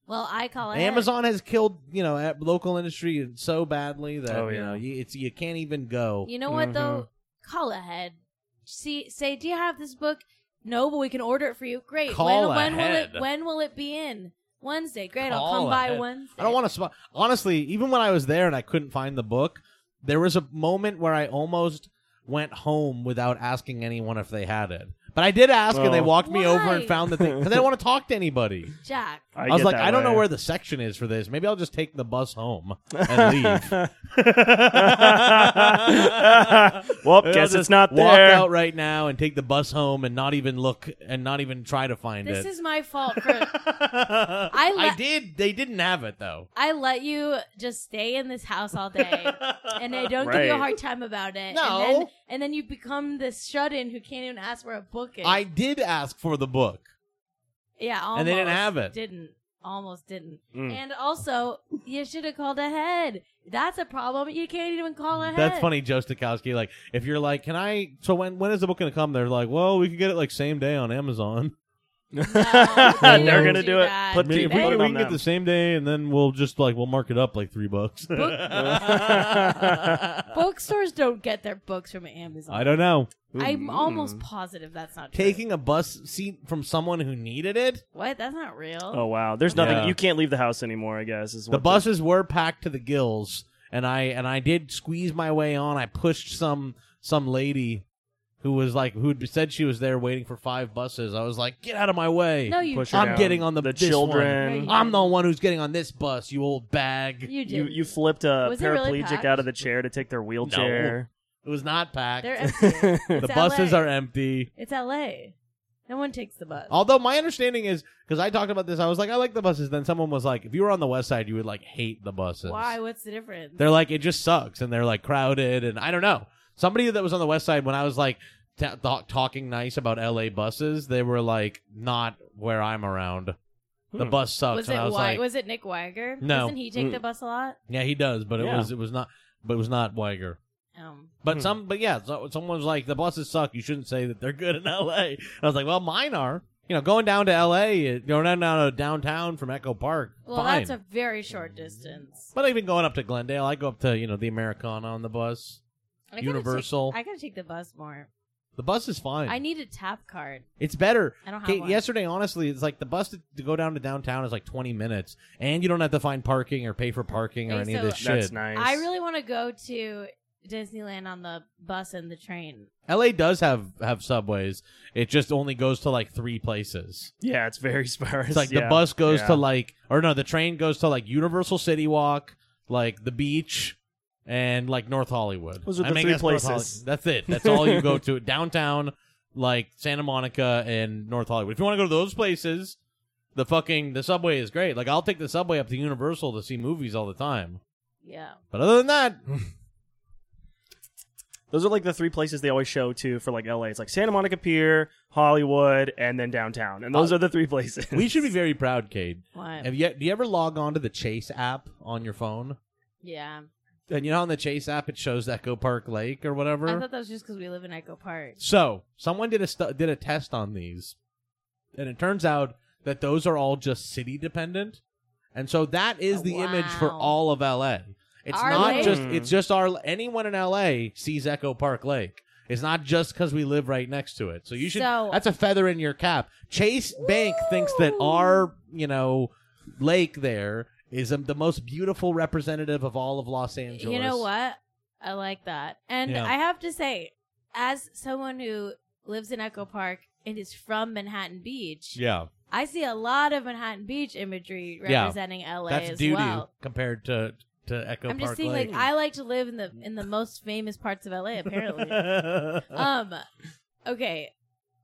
Well, I call ahead.
Amazon has killed, you know, at local industry so badly that
Oh,
you
yeah.
know you, it's you can't even go.
You know what though?
Mm-hmm.
Call ahead. See, say, do you have this book? No, but we can order it for you. Great.
Call
when, when will
ahead.
it? When will it be in? Wednesday. Great. I'll
Call
come by
ahead.
Wednesday.
I don't want to spot. Honestly, even when I was there and I couldn't find the book, there was a moment where I almost went home without asking anyone if they had it. But I did ask, and they
Oh.
walked me over and
Why?
found the thing because I didn't want to talk to anybody.
Jack.
I, was
get
like,
that
I don't know
way.
where the section is for this. Maybe I'll just take the bus home and leave.
well,
I'll
guess
just
it's not
walk
there.
out right now and take the bus home and not even look and not even try to find
This
it.
is my fault for.
I,
la-
did. They didn't have it though.
I let you just stay in this house all day, and I don't give you a
Right.
hard time about it.
No.
And then, and then you become this shut-in who can't even ask where a book is.
I did ask for the book.
yeah, almost
and they didn't have it.
Didn't almost didn't.
Mm.
And also, you should have called ahead. That's a problem. You can't even call ahead.
That's funny, Joe Stokowski. Like, if you're like, can I? So when when is the book gonna come? They're like, well, we could get it like same day on Amazon.
No,
They're
don't
gonna
do
do it.
that.
Put,
I mean,
two-
if we,
put
we
it
can
on
get
them.
the same day, and then we'll just like we'll mark it up like three bucks.
Book- Bookstores don't get their books from Amazon.
I don't know.
I'm
Mm.
Hmm.
almost positive that's not true.
Taking a bus seat from someone who needed it.
what? That's not real.
Oh wow, there's nothing.
Yeah.
You can't leave the house anymore. I guess is what
The buses were packed to the gills, and I and I did squeeze my way on. I pushed some some lady who was like who said she was there waiting for five buses. I was like, get out of my way.
No, you.
Push her
I'm
down.
getting on the-
the
this
children.
one.
I'm the one who's getting on this bus, you old bag.
You did.
You you flipped a
Was it really
paraplegic
packed?
out of the chair to take their wheelchair.
It was not packed.
They're empty.
the
It's
buses
LA.
are empty.
It's L.A. No one takes the bus.
Although my understanding is because I talked about this, I was like, I like the buses. Then someone was like, if you were on the west side, you would like hate the buses.
Why? What's the difference?
They're like, it just sucks, and they're like crowded, and I don't know. Somebody that was on the west side when I was like ta ta- talking nice about LA buses, they were like, not where I'm around. The
Hmm.
bus sucks,
was it
and I was
Wy-
like,
was it Nick Weiger?
No.
Doesn't he take
Mm.
the bus a lot?
yeah, he does, but it
Yeah.
was it was not, but it was not Weiger.
Um,
But
Hmm.
some, but yeah, so, someone was like, the buses suck. You shouldn't say that they're good in L.A. I was like, well, mine are. You know, going down to L.A., uh, going down to downtown from Echo Park.
well,
fine.
that's a very short distance.
But even going up to Glendale, I go up to you know the Americana on the bus.
I gotta
Universal.
take- I gotta take the bus more.
The bus is fine.
I need a tap card.
it's better.
I don't have
Okay,
one.
yesterday, honestly, it's like the bus to, to go down to downtown is like twenty minutes, and you don't have to find parking or pay for parking or
Okay,
any of
so-
this shit.
That's nice.
I really want to go to Disneyland on the bus and the train.
L.A. does have have subways. It just only goes to like three places.
Yeah, it's very sparse.
It's like the
Yeah.
bus goes
Yeah.
to like, or no, the train goes to like Universal City Walk, like the beach, and like North Hollywood.
Those are
I
the
mean,
three
that's North
places.
Holly- That's it. That's all you go to downtown, like Santa Monica and North Hollywood. If you want to go to those places, the fucking the subway is great. Like I'll take the subway up to Universal to see movies all the time.
Yeah.
But other than that,
Those are like the three places they always show too for like LA. It's like Santa Monica Pier, Hollywood, and then downtown. And those are the three places.
Uh, we should be very proud, Cade.
What?
Have you do you ever log on to the Chase app on your phone?
yeah.
And you know, on the Chase app, it shows Echo Park Lake or whatever.
I thought that was just because we live in Echo Park.
So someone did a stu- did a test on these, and it turns out that those are all just city dependent, and so that is the
Oh, Wow.
image for all of LA. It's
Our
not
lake-
just
Hmm.
it's just our anyone in LA sees Echo Park Lake. It's not just because we live right next to it. So you should
So-
that's a feather in your cap. Chase Bank thinks that our you know lake there is um, the most beautiful representative of all of Los Angeles.
You know what? I like that. And
Yeah.
I have to say, as someone who lives in Echo Park and is from Manhattan Beach,
Yeah,
I see a lot of Manhattan Beach imagery
Yeah.
representing LA
that's
as
doo doo
well.
compared to to Echo
I'm
Park
just saying,
Lake.
like, I like to live in the in the most famous parts of LA. Apparently, um, okay,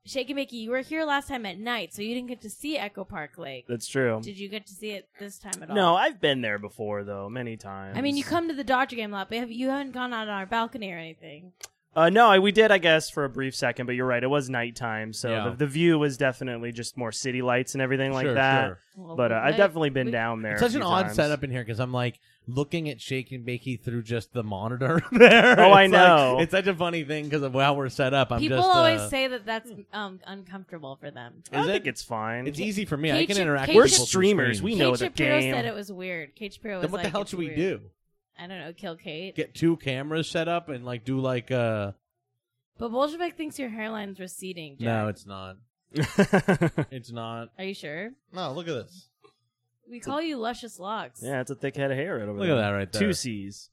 Shaky Mickey, you were here last time at night, so you didn't get to see Echo Park Lake.
That's
Um,
true.
Did you get to see it this time at all?
No, I've been there before though, many times.
I mean, you come to the Dodger game a lot, but have, you haven't gone out on our balcony or anything.
Uh, no, I, we did, I guess, for a brief second, but you're right. It was nighttime, so
Yeah.
the, the view was definitely just more city lights and everything like
Sure,
that.
sure.
Well,
But uh,
we
I've
might-
definitely been
we-
down there.
It's such
a
an
few
odd
times.
setup in here because I'm like looking at Shake and Bakey through just the monitor there.
Oh, I
It's like-
know.
it's such a funny thing because of how we're set up. I'm
People
just, uh,
always say that that's um, uncomfortable for them.
I
Is
think
it?
it's fine.
It's e- easy for me. I
Kate
can
Shap-
interact.
Kate
with
We're
people through
streamers.
screens.
We know
Kate
the
Shapiro
game.
said it was weird. Kate Shapiro was
Then what
like,
the hell
"It's
should we
weird."
do?
I don't know. Kill Kate.
Get two cameras set up and like do like uh
But Bolshevik thinks your hairline's receding. Jack.
no, it's not.
yeah,
It's not.
Are you sure?
No, look at this.
We call you luscious locks.
it's a thick head of hair right over
Look
there.
at that right there.
Two C's.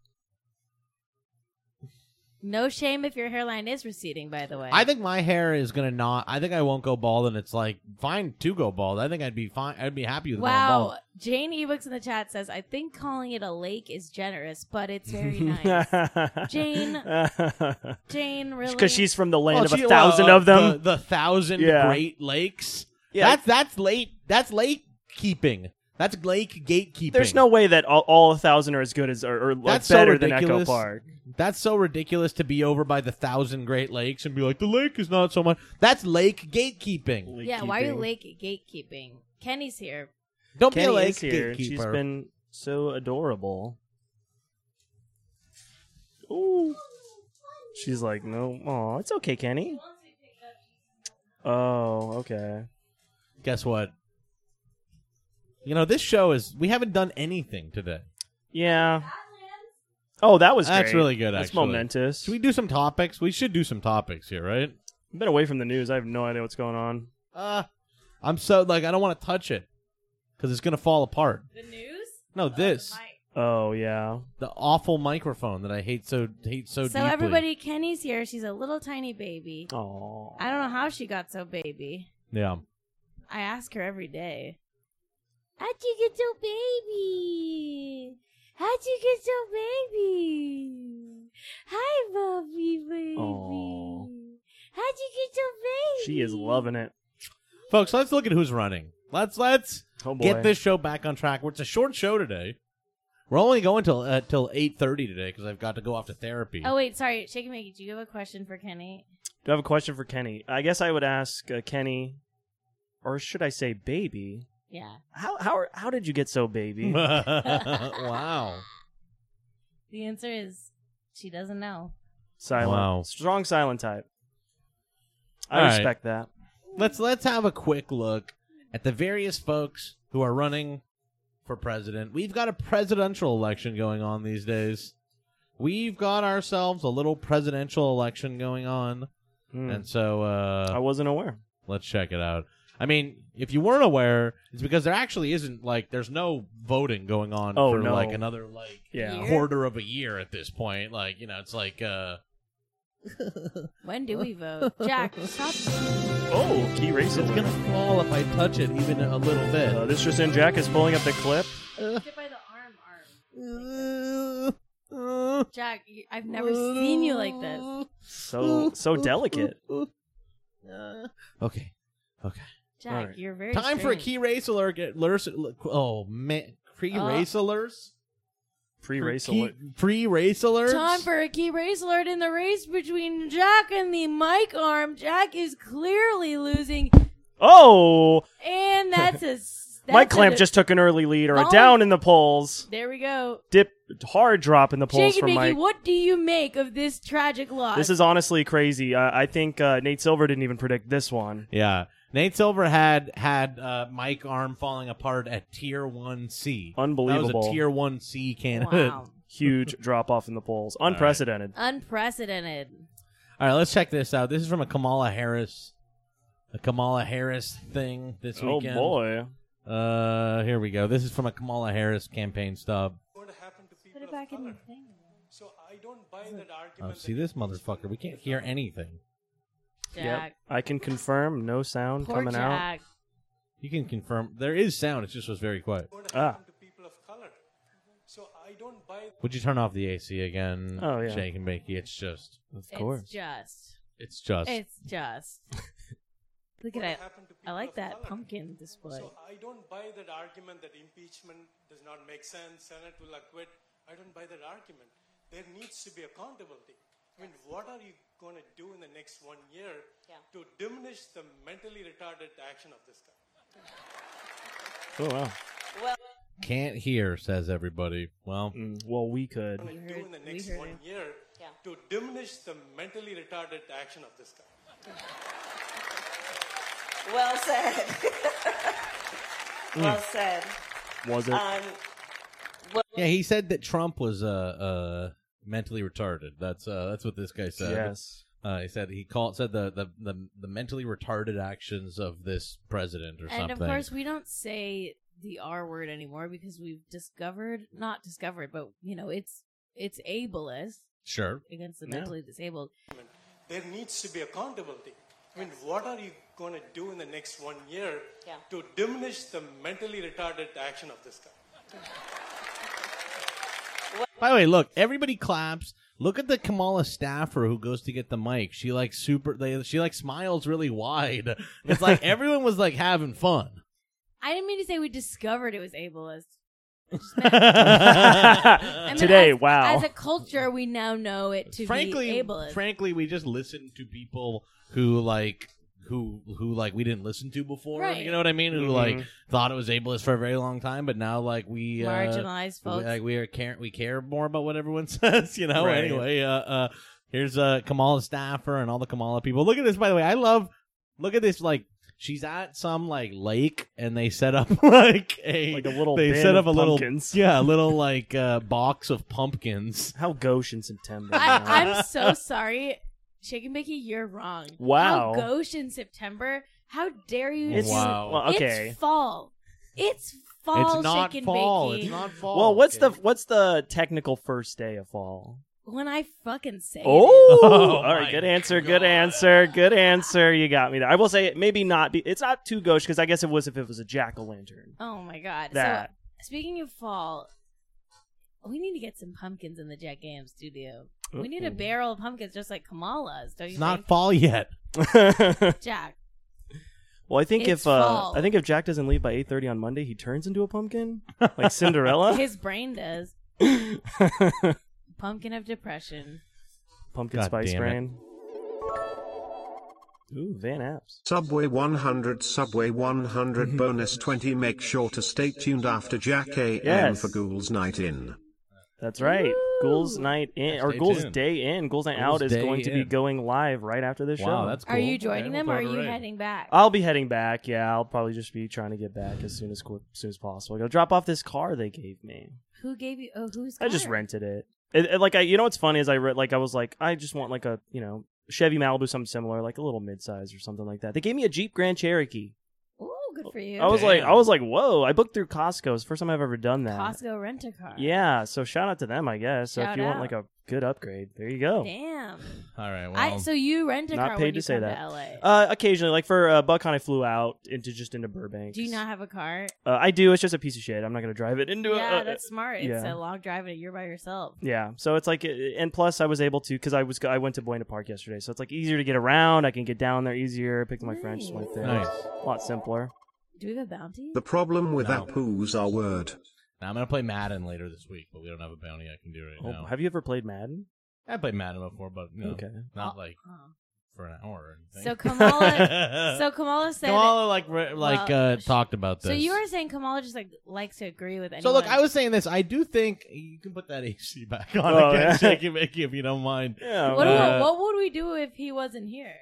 No shame if your hairline is receding. By the way,
I think my hair is gonna not. I think I won't go bald, and it's like fine to go bald. I think I'd be fine. I'd be happy with going bald.
Wow, Jane Ebooks in the chat says, "I think calling it a lake is generous, but it's very nice." Jane, Jane, really?
Because she's from the land
Oh,
of a
gee, well,
thousand
uh,
of them.
The, the thousand
Yeah.
Great Lakes.
Yeah.
That's that's late. That's late keeping. That's lake gatekeeping.
There's no way that all, all a thousand are as good as or, or like,
That's so
better than Echo
ridiculous.
Park.
That's so ridiculous to be over by the thousand Great Lakes and be like the lake is not so much. That's lake gatekeeping.
yeah. Why are you
Gatekeeping.
lake gatekeeping? Kenny's here.
Don't be a
Kenny
lake
is here. and She's
gatekeeper.
been so adorable. Ooh. She's like, no, oh, it's okay, Kenny. Oh, okay.
Guess what? You know this show is. We haven't done anything today.
Yeah. Oh, that was
That's
great.
really good,
That's
actually.
momentous.
Should we do some topics? We should do some topics here, right?
I've been away from the news. I have no idea what's going on.
Uh, I'm so like I don't want to touch it because it's gonna fall apart.
The news?
No, this.
Oh yeah.
The awful microphone that I hate so hate so,
So,
deeply.
everybody, Kenny's here. She's a little tiny baby.
Oh.
I don't know how she got so baby.
Yeah.
I ask her every day. How'd you get so baby? How'd you get so baby? Hi, Bobby baby.
Aw.
How'd you get so baby?
She is loving it.
Folks, let's look at who's running. Let's let's
Oh boy.
get this show back on track. It's a short show today. We're only going till uh, till eight thirty today because I've got to go off to therapy.
Oh wait, sorry, Shake and Make. it. Do you have a question for Kenny?
Do I have a question for Kenny? I guess I would ask uh, Kenny, or should I say baby?
Yeah.
How how are- how did you get so baby?
wow.
The answer is she doesn't know.
Silent.
Wow.
Strong silent type. I
All right.
respect that.
Let's let's have a quick look at the various folks who are running for president. We've got a presidential election going on these days. We've got ourselves a little presidential election going on,
Hmm.
and so uh,
I wasn't aware.
Let's check it out. I mean, if you weren't aware, it's because there actually isn't like there's no voting going on
Oh,
for
no.
like another like
Yeah.
Year?
quarter of a year at this point. Like, you know, it's like uh
When do we vote? Jack, stop.
Oh, key race.
it's gonna fall if I touch it even a little
Uh,
bit.
this just in. Jack is pulling up the clip.
Sit by the arm, arm.
Uh, uh,
Jack, you- I've never seen you like this.
So so delicate.
Uh, okay.
Jack,
Alright.
you're very.
Time for a
strange. Uh,
key race alert. alert oh man, pre race alerts.
Pre race
Key-
alert.
Pre race alerts.
Time for a key race alert in the race between Jack and the mic arm. Jack is clearly losing,
Oh,
and that's a. s- That's
Mike Clamp
a-
just took an early lead or a
Vol-
down in the polls.
There we go.
Dip hard drop in the polls
Shake
for
and Mickey,
Mike.
what do you make of this tragic loss?
This is honestly crazy. Uh, I think uh, Nate Silver didn't even predict this one.
Yeah. Nate Silver had had uh, Mike Arm falling apart at Tier One C. That was
Unbelievable.
a Tier One C candidate.
wow,
Huge drop off in the polls.
right.
Unprecedented.
unprecedented.
All right, let's check this out. This is from a Kamala Harris, a Kamala Harris thing this
Oh
weekend.
boy.
Uh, here we go. This is from a Kamala Harris campaign stub.
going to happen to people
Put it
of
back in
color.
the thing.
So I don't buy that
Oh,
argument.
see
that
this motherfucker. We can't hear anything.
Jack,
I can confirm no sound
poor
coming out.
Jack.
You can confirm there is sound. It just was very quiet.
it's going to
Ah.
happen to people of color. So I don't buy
Would you turn off the AC again?
Oh, yeah.
Shake and bakey. It's just.
Of
It's just,
It's just.
it's just. Look at
what
it.
happened to
I
people
like
of
that
color.
pumpkin display.
So I don't buy that argument that impeachment does not make sense, Senate will acquit. I don't buy that argument. There needs to be accountability. I mean, what are you going to do in the next one year to diminish the mentally retarded action of this guy?
Oh wow.
Can't hear, says everybody. Well,
Mm, well, we could.
Going to do
heard-
in the
we
next
heard
one
him.
year to diminish the mentally retarded action of this guy?
Well said. well said.
Was it?
Um, well,
Yeah, he said that Trump was uh, uh mentally retarded. That's uh that's what this guy said.
yes.
Uh, he said he called said the, the the the mentally retarded actions of this president or something.
And of course, we don't say the R word anymore because we've discovered, not discovered, but you know, it's it's ableist
sure.
against the
Yeah.
mentally disabled.
There needs to be accountability. I mean, what are you going to do in the next one year
Yeah.
to diminish the mentally retarded action of this guy?
By the way, look, everybody claps. Look at the Kamala staffer who goes to get the mic. She like super. They, she like smiles really wide. It's like everyone was like having fun.
I didn't mean to say we discovered it was ableist. I mean,
Today,
as-
wow.
As a culture, we now know it to
frankly,
be ableist.
frankly, we just listen to people who like who who like we didn't listen to before.
Right.
You know what I mean? Who
Mhm.
like thought it was ableist for a very long time, but now like we uh,
Marginalized
we-
folks.
like we are care we care more about what everyone says. You know.
Right.
Anyway, uh, uh, here's uh Kamala Staffer and all the Kamala people. Look at this, by the way. I love. Look at this, like. She's at some like lake, and they set up like a
Like a little
They
bin
set up
of
a little
pumpkins.
yeah, a little like uh, box of pumpkins,
How gauche in September. man.
I, I'm so sorry, Shake and Mickey, you're wrong.
Wow.
How gauche in September? How dare you?
It's-
do-
Wow.
Well, okay.
It's fall. It's fall
it's not
chicken
fall.
baking.
It's not fall.
Well, what's the
okay?
what's the technical first day of fall?
when I fucking say it.
Oh, all
my
right. Good answer.
God.
Good answer. Good answer. You got me there. I will say it maybe not. Be, it's not too gauche because I guess it was if it was a jack o' lantern.
Oh my god.
That.
So speaking of fall, we need to get some pumpkins in the Jack Am studio. We need a
Uh-oh.
barrel of pumpkins just like Kamala's, don't you
It's not
think?
fall yet.
well,
Jack.
I think
It's
if uh,
fall.
I think if Jack doesn't leave by eight thirty on Monday, he turns into a pumpkin like Cinderella.
His brain does. Pumpkin of depression.
pumpkin
God
spice
damn it.
brain. Ooh, Van Apps.
Subway 100 Subway
Mm-hmm.
100 bonus 20 Make sure to stay tuned after Jack AM
Yes.
for Ghouls Night In.
That's right. Ghouls Night In or
Stay
Ghouls
tuned.
Day In. Ghouls Night
Ghouls
Out is
Day
going to be
In.
going live right after this show.
Wow, that's cool.
Are you joining
Okay,
them
we'll
or are
go
you
to Ray.
heading back?
I'll be heading back. Yeah, I'll probably just be trying to get back as soon as quick, as soon as possible. I gotta drop off this car they gave me.
Who gave you oh who's
I just rented it. It- it- Like I, you know what's funny is I re- like I was like I just want like a you know Chevy Malibu something similar like a little midsize or something like that. They gave me a Jeep Grand Cherokee.
Oh, good for you.
I was like
Damn.
I was like whoa! I booked through Costco. It's the first time I've ever done that.
Costco rent a car.
Yeah, so shout out to them, I guess. So
Shout
if you want
out.
like a good upgrade, there you go.
Damn.
All right. Well,
I so you rent a
not
car
paid
when
to
you
say
come
that.
to LA.
Uh, occasionally, like for uh, Buck Hunt, I flew out into just into Burbank.
Do you not have a car?
Uh, I do. It's just a piece of shit. I'm not gonna drive it into
yeah,
a. a-
that's smart. It's
yeah.
a long drive and you're by yourself.
yeah, so it's like, uh, and plus I was able to because I was I went to Buena Park yesterday, so it's like easier to get around. I can get down there easier. Picked up my friend, just went there.
nice.
A lot simpler.
Do we have a bounty?
The problem with
No.
that poos are word.
Now, I'm gonna play Madden later this week, but we don't have a bounty I can do right
Oh,
now.
Have you ever played Madden?
I played Madden before, but you know,
Okay.
not like
Oh.
for an hour or anything.
So Kamala- So Kamala said
uh, Kamala like re- like
Well,
uh, talked about this.
So you were saying Kamala just like likes to agree with anyone.
So look, I was saying this. I do think you can put that AC back on
Oh,
again,
yeah.
Shaky Mickey, if you don't mind.
Oh, Yeah.
What,
uh,
would- what would we do if he wasn't here?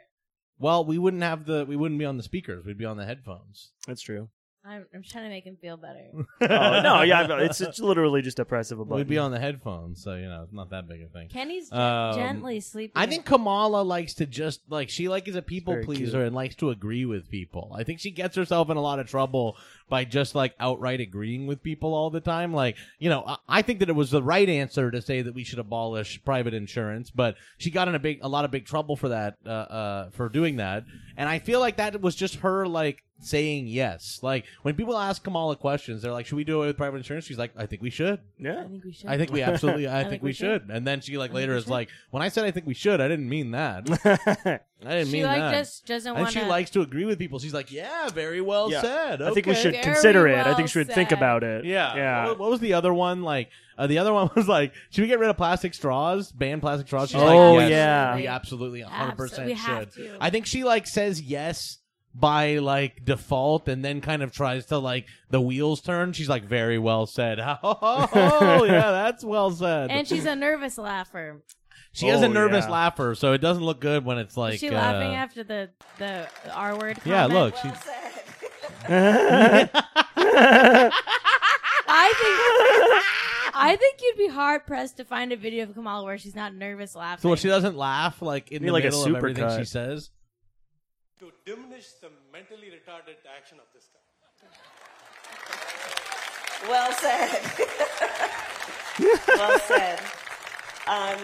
Well, we wouldn't have the we wouldn't be on the speakers. We'd be on the headphones.
that's true.
I'm, I'm trying to make him feel better.
oh no, yeah, it's, it's literally just oppressive. A
we'd be
button.
on the headphones. So you know, it's not that big a thing.
Kenny's gen-
Um,
gently sleeping.
I think Kamala likes to just like she like is a people
Very
pleaser
cute.
and likes to agree with people. I think she gets herself in a lot of trouble by just like outright agreeing with people all the time. Like you know, I, I think that it was the right answer to say that we should abolish private insurance, but she got in a big a lot of big trouble for that uh, uh, for doing that. And I feel like that was just her like saying yes. Like when people ask Kamala questions, they're like, "Should we do it with private insurance?" She's like, "I think we should."
I
Yeah.
think we should.
I think we absolutely. I, think, we should. And then she like
I think
later
we
is
should.
like, when I said I think we should, I didn't mean that. I didn't
she
mean
like
that.
just doesn't
and
want.
she likes to agree with people. She's like, yeah, very well
Yeah.
said.
I think we
okay."
should
Very
consider it. I
well
think we should think
said.
about it.
Yeah.
Yeah.
What, what was the other one like? Uh, the other one was like, should we get rid of plastic straws? Ban plastic straws? She's
Oh,
like, yes,
yeah.
we absolutely 100 percent
we
should.
have to.
I think she like says yes by like default and then kind of tries to like the wheels turn she's like very well said oh yeah that's well said
and she's a nervous laugher.
She is a
Oh,
nervous
yeah.
laugher, so it doesn't look good when it's like.
Is she
uh,
laughing after the the R word?
Yeah, look, she.
Well said.
I think I think you'd be hard pressed to find a video of Kamala where she's not nervous laughing.
So what, she doesn't laugh like in
Be
the
like a
middle of everything
supercut.
she says.
to diminish the mentally retarded action of this guy.
Well said. well said. Um,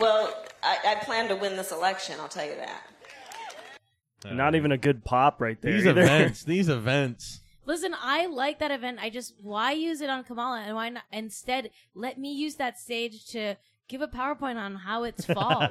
well, I, I plan to win this election. I'll tell you that.
Not even a good pop right there.
These
either.
events, these events.
Listen, I like that event. I just why use it on Kamala and why not instead let me use that stage to give a PowerPoint on how it's fall.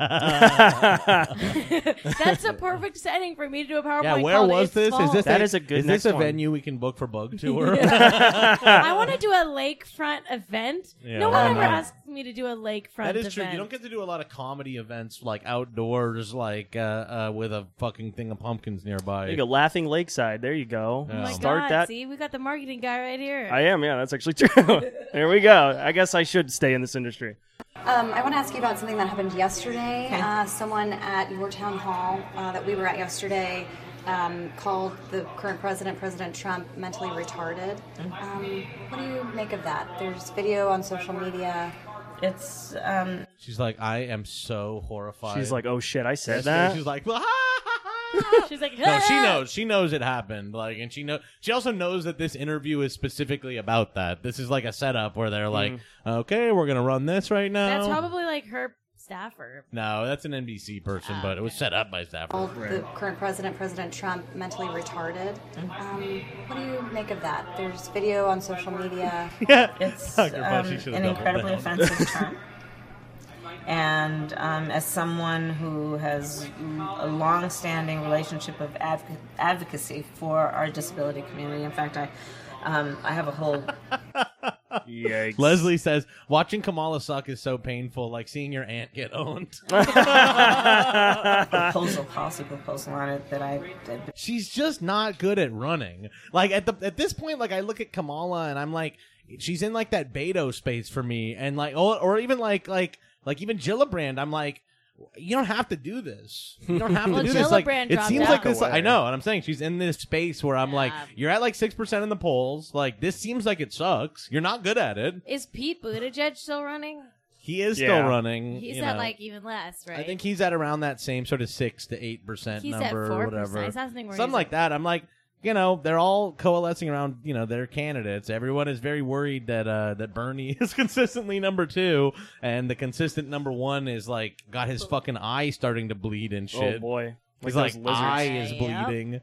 That's a perfect setting for me to do a PowerPoint.
Yeah, where
called
was
Oh It's
this?
Fall.
Is this
That
a,
is a good
Is this a
next one.
venue we can book for bug tour?
I want to do a lakefront event.
Yeah,
no
why
one ever
not?
asks me to do a lakefront
that is
event.
true. You don't get to do a lot of comedy events like outdoors, like uh, uh, with a fucking thing of pumpkins nearby.
There you go. Laughing Lakeside. There you go.
Yeah.
Oh my
Start
God,
that.
See, we got the marketing guy right here.
I am. Yeah, that's actually true. there we go. I guess I should stay in this industry.
Um, I want to ask you about something that happened yesterday. Uh, someone at your town hall uh, that we were at yesterday um, called the current president, President Trump, mentally retarded.
Mm.
Um, what do you make of that? There's video on social media.
It's um,
She's like, I am so horrified.
She's like, oh shit, I said
Yesterday
that.
She's like,
She's like,
No, she knows. She knows it happened. Like, and she know. She also knows that this interview is specifically about that. This is like a setup where they're
Mm.
like, "Okay, we're gonna run this right now."
That's probably like her staffer.
no. That's an NBC person, but it was set up by Stafford.
called the current president, President Trump, mentally retarded.
Mm-hmm.
Um, what do you make of that? There's video on social media.
It's um,
Dr. Fauci should've
an
doubled
incredibly
down.
offensive term. And um, as someone who has a long-standing relationship of adv- advocacy for our disability community, in fact, I um, I have a whole
Yikes.
Leslie says, "Watching Kamala suck is so painful. Like seeing your aunt get owned."
proposal, policy proposal on it that I that
she's just not good at running. Like at the at this point, like I look at Kamala and I'm like, she's in like that Beto space for me, and like or, or even like like like even Gillibrand, I'm like. You don't have to do this. You don't have
Well,
to do this. Like
Gillibrand
it
dropped
seems
out.
like this.
Walk away.
I know, and I'm saying she's in this space where I'm like,
Yeah.
you're at like six percent in the polls. Like this seems like it sucks. You're not good at it.
Is Pete Buttigieg still running?
He is
Yeah.
still running.
He's
you
at
know.
like even less, right?
I think he's at around that same sort of six to eight percent
He's
number
at
or
four
whatever.
percent. Something where
something
he's
like that. I'm like, you know, they're all coalescing around, you know, their candidates. Everyone is very worried that uh that Bernie is consistently number two, and the consistent number one is like got his fucking eye starting to bleed and
Oh
shit.
boy.
He's like,
those lizards.
eye is
Yep.
bleeding.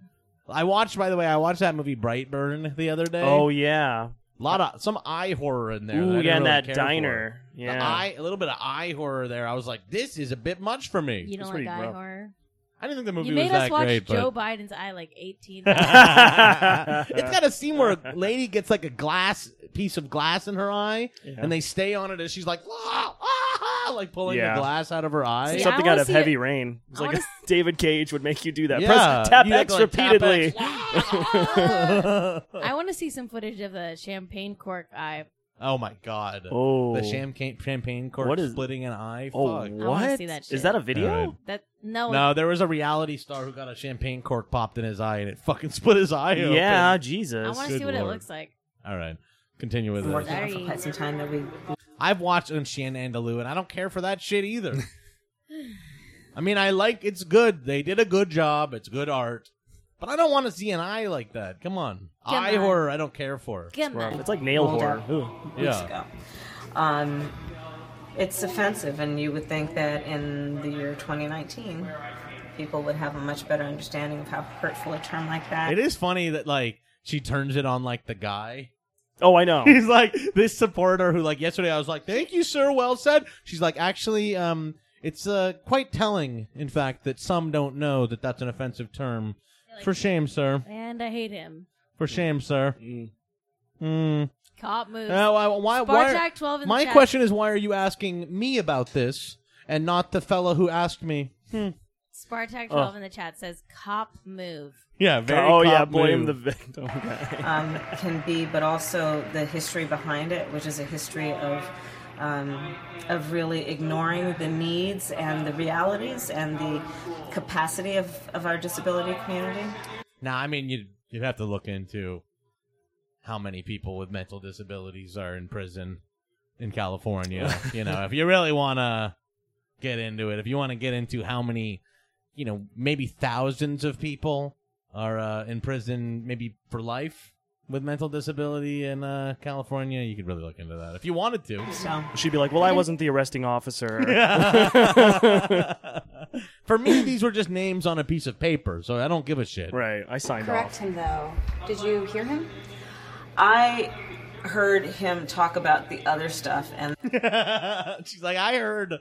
I watched, by the way, I watched that movie Brightburn the other day.
Oh yeah.
a lot of some eye horror in there. that I
Ooh,
didn't
yeah, and
really
that
care for.
diner.
The
Yeah.
eye, a little bit of eye horror there. I was like, this is a bit much for me.
you
It's
don't like
pretty
eye
rough.
horror.
I didn't think the movie
You
was
made us
that
watch
great, but-
Joe Biden's eye like eighteen.
it's got a scene where a lady gets like a glass piece of glass in her eye, and they stay on it as she's like, "Ah, ah, ah," like pulling
Yeah.
the glass out of her eye.
See, I
Something out
wanna
of
see
heavy
it-
rain. It's
I
like
wanna
David Cage would make you do that.
Yeah,
Press tap
you
X
like, tap
repeatedly.
X. Ah.
I want to see some footage of the champagne cork eye.
oh my god!
Oh.
The champagne champagne cork
What is-
splitting an eye.
Oh,
Fuck.
wanna
what?
see that
Is
shit.
that a video?
Alright.
That no,
No, there was a reality star who got a champagne cork popped in his eye, and it fucking split his eye.
Yeah,
open.
I
Jesus.
want
Good
to see what it
lord.
looks like.
All right, continue with
I'm working
it.
on for quite some time that we
I've watched Unshan Andalou, and I don't care for that shit either. I mean, I like it's good. They did a good job. It's good art, but I don't want to see an eye like that. Come on,
Come
eye
on.
horror. I don't care for.
Come on.
It's like nail
Rolled
horror.
up.
Ooh.
weeks
Yeah.
ago. Um, it's offensive, and you would think that in the year 2019, people would have a much better understanding of how hurtful a term like that.
It is funny that like she turns it on like the guy.
Oh, I know.
He's like this supporter who like yesterday I was like, "Thank you, sir. Well said." She's like, "Actually, um, it's uh quite telling, in fact, that some don't know that that's an offensive term. For shame, sir.
And I hate him.
For shame, sir."
Mm.
Mm.
Cop moves.
Uh, why, why, why,
Barjack 12 in the
my
chat.
question is, why are you asking me about this and not the fellow who asked me?
Spartak twelve in the chat says cop move.
Yeah,
oh yeah, blame the victim. guy.
um, can be, but also the history behind it, which is a history of um, of really ignoring the needs and the realities and the capacity of, of our disability community.
Now, I mean, you'd you'd have to look into how many people with mental disabilities are in prison in California. you know, if you really want to get into it, if you want to get into how many, you know, maybe thousands of people are uh, in prison, maybe for life. With mental disability in uh, California, you could really look into that if you wanted to.
So
She'd be like, "Well, I wasn't the arresting officer."
For me, these were just names on a piece of paper, so I don't give a shit.
Right, I signed
Correct him though. Did you hear him?
I heard him talk about the other stuff and
She's like, I heard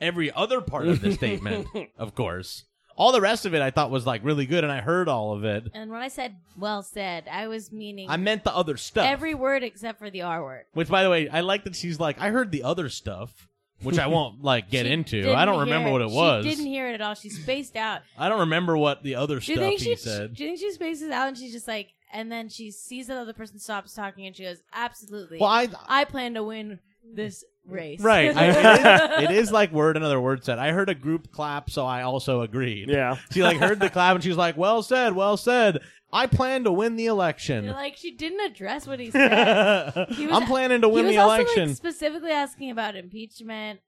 every other part of the statement, of course. All the rest of it I thought was like really good, and I heard all of it.
And when I said well said, I was meaning
I meant the other stuff.
every word except for the R word.
Which, by the way, I like that she's like, I heard the other stuff, which I won't like get
She
into.
didn't
I don't
hear
remember what it was.
She didn't hear it at all. She spaced out.
I don't remember what the other
Do you
stuff
think
he
she?
said.
Do you think she spaces out and she's just like, and then she sees that other person stops talking and she goes, "Absolutely,
well, I
I plan to win this race."
Right. I, it, is, it is like word another word said. I heard a group clap, so I also agreed.
Yeah.
She like heard the clap and she was like, Well said, well said. I plan to win the election.
like she didn't address what he said. He was-
I'm planning to
He
win
was
the
also, like,
election.
specifically asking about impeachment,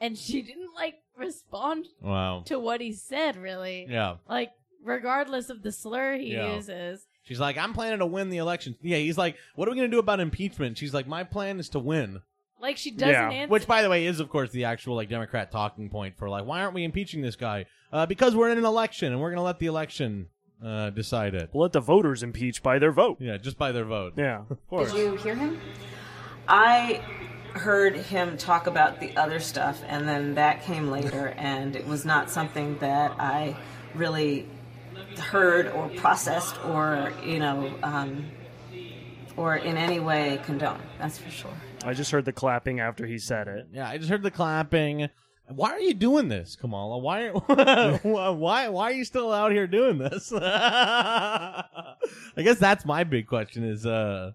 and she didn't like respond
wow.
to what he said. Really,
Yeah.
like regardless of the slur he
Yeah.
uses.
She's like, I'm planning to win the election. Yeah, he's like, what are we going to do about impeachment? She's like, my plan is to win.
Like she doesn't
Yeah.
answer.
Which, by the way, is of course the actual like Democrat talking point for like, why aren't we impeaching this guy? Uh, because we're in an election and we're going to let the election uh, decide it.
Let the voters impeach by their vote.
Yeah, just by their vote.
Yeah, of course.
Did you hear him?
I heard him talk about the other stuff, and then that came later, and it was not something that I really heard or processed or, you know, um, or in any way condoned. That's for sure.
I just heard the clapping after he said it.
Yeah, I just heard the clapping. Why are you doing this, Kamala? Why are why why are you still out here doing this? I guess that's my big question is uh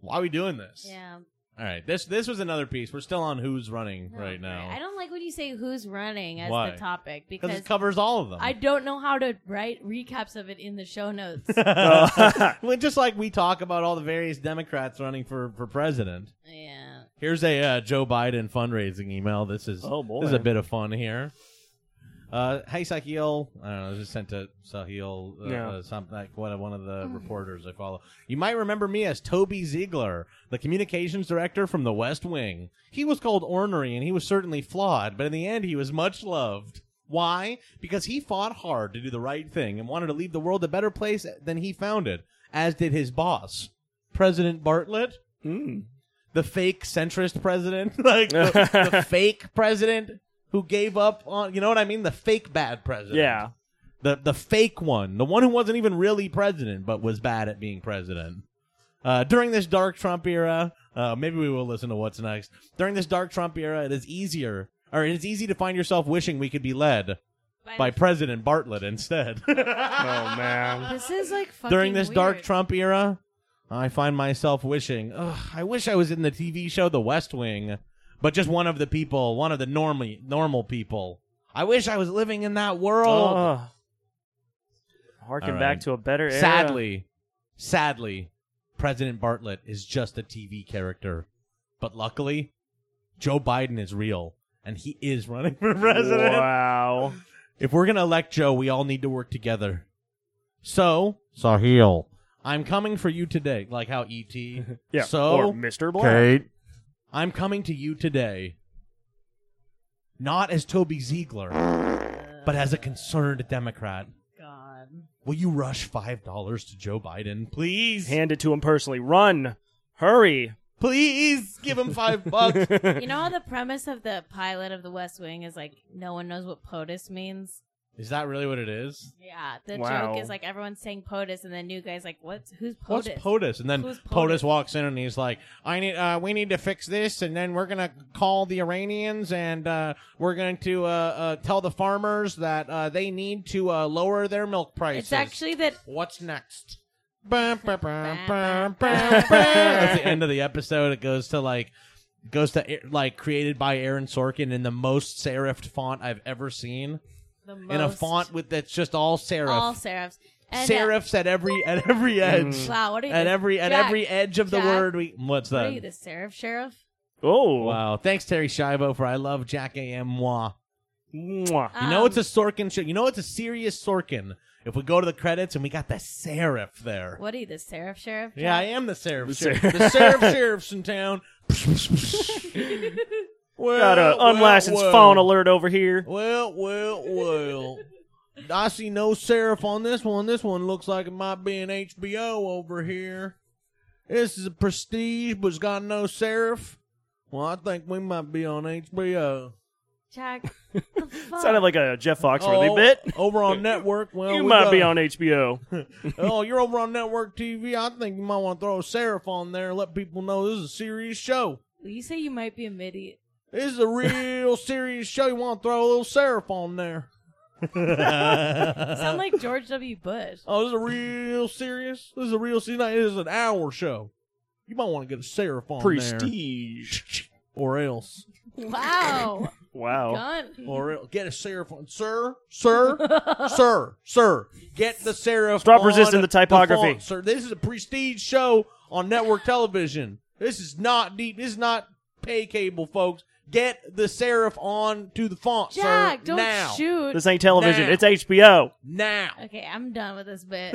why are we doing this?
yeah.
All right. This this was another piece. We're still on who's running
No,
right now.
I don't like when you say who's running as
Why?
the topic
because
because
it covers all of them.
I don't know how to write recaps of it in the show notes.
Well, just like we talk about all the various Democrats running for, for president.
yeah.
Here's a uh, Joe Biden fundraising email. This is
Oh, boy.
This is a bit of fun here. Uh, hey Sahil, I don't know. This is sent to Sahil, uh,
Yeah.
uh, something like what one of the reporters I follow. You might remember me as Toby Ziegler, the communications director from The West Wing. He was called ornery, and he was certainly flawed, but in the end, he was much loved. Why? Because he fought hard to do the right thing and wanted to leave the world a better place than he found it, as did his boss, President Bartlett
Mm.
the fake centrist president, like the, the fake president who gave up on, you know what I mean? The fake bad president.
Yeah.
The the fake one, the one who wasn't even really president but was bad at being president. Uh, during this dark Trump era, uh, maybe we will listen to what's next. During this dark Trump era, it is easier, or it is easy to find yourself wishing we could be led by President Bartlett instead.
Oh man.
this is like fucking
during this dark
weird.
Trump era, I find myself wishing, Ugh, I wish I was in the TV show The West Wing, but just one of the people, one of the normally normal people. I wish I was living in that world.
Oh. Harken
All
back
right.
to a better era.
sadly, sadly, President Bartlett is just a TV character, but luckily, Joe Biden is real and he is running for president.
Wow.
If we're going to elect Joe, we all need to work together. So, Sahil, I'm coming for you today, like how ET.
Yeah.
So,
or Mr. Black.
I'm coming to you today, not as Toby Ziegler, but as a concerned Democrat.
God.
Will you rush $5 to Joe Biden, please?
Hand it to him personally. Run. Hurry.
please give him 5 bucks.
You know how the premise of the pilot of The West Wing is like no one knows what POTUS means.
Is that really what it is?
Yeah, the
Wow.
joke is like everyone's saying POTUS, and the new guy's like, "What's who's POTUS?"
What's POTUS? And then
Who's
POTUS?
POTUS?
walks in and he's like, "I need, uh, we need to fix this, and then we're gonna call the Iranians, and uh, we're going to uh, uh, tell the farmers that uh, they need to uh, lower their milk prices."
It's actually that
what's next. Bum, bum, bum, bum, bum, bum. That's the end of the episode. It goes to like goes to air- like created by Aaron Sorkin in the most serifed font I've ever seen,
the most
in a font with that's just all serif.
all serifs. And, uh,
serifs at every at every edge.
wow, what are you?
At
the-
every at
Jack,
every edge of the
Jack,
word we what's
What are you,
that?
the serif sheriff?
oh.
Wow. Thanks Terry Shivo for I love Jack AM moi.
Mwah.
You know
Um,
it's a Sorkin show. You know it's a serious Sorkin. If we go to the credits and we got the serif there.
What are you, the serif sheriff?
Yeah, I
Jack?
am the sheriff.
The
sheriff.
ser-
the sheriff sheriff's in town. well,
Got a
well,
unlicensed
well.
phone alert over here.
Well, well, well. I see no serif on this one. This one looks like it might be an HBO over here. This is a prestige, but it's got no serif. Well, I think we might be on HBO.
Jack. the fuck?
Sounded like a Jeff Foxworthy
Oh,
bit.
Over on network. Well,
you
we
might be
gotta-
on HBO.
oh, you're over on network TV. I think you might want to throw a serif on there and let people know this is a serious show.
you say you might be a midi.
This is a real serious show. You want to throw a little serif on there? Uh-huh.
Sound like George W. Bush.
Oh, this is a real serious. This is a real. See, now, This is an hour show. You might want to get a serif on there,
Prestige.
or else,
Wow.
Wow.
Gun.
or el get a serif on, sir, sir, sir, sir. Get the serif.
Stop
on
resisting the typography.
font, sir. This is a prestige show on network television. This is not deep. This is not pay cable, folks. Get the serif on to the font, sir,
Jack, don't
now.
shoot.
This ain't television.
Now.
It's HBO.
Now.
Okay, I'm done with this bit.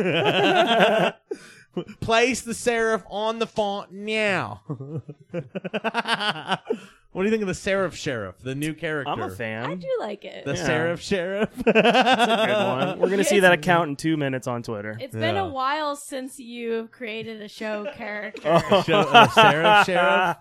Place the serif on the font now. what do you think of the serif sheriff, the new character?
I'm a fan.
I do like it.
The
Yeah.
serif sheriff.
Good one. We're gonna see that account in two minutes on Twitter.
It's been a
Yeah.
while since you've created a show character.
Show- uh, serif sheriff.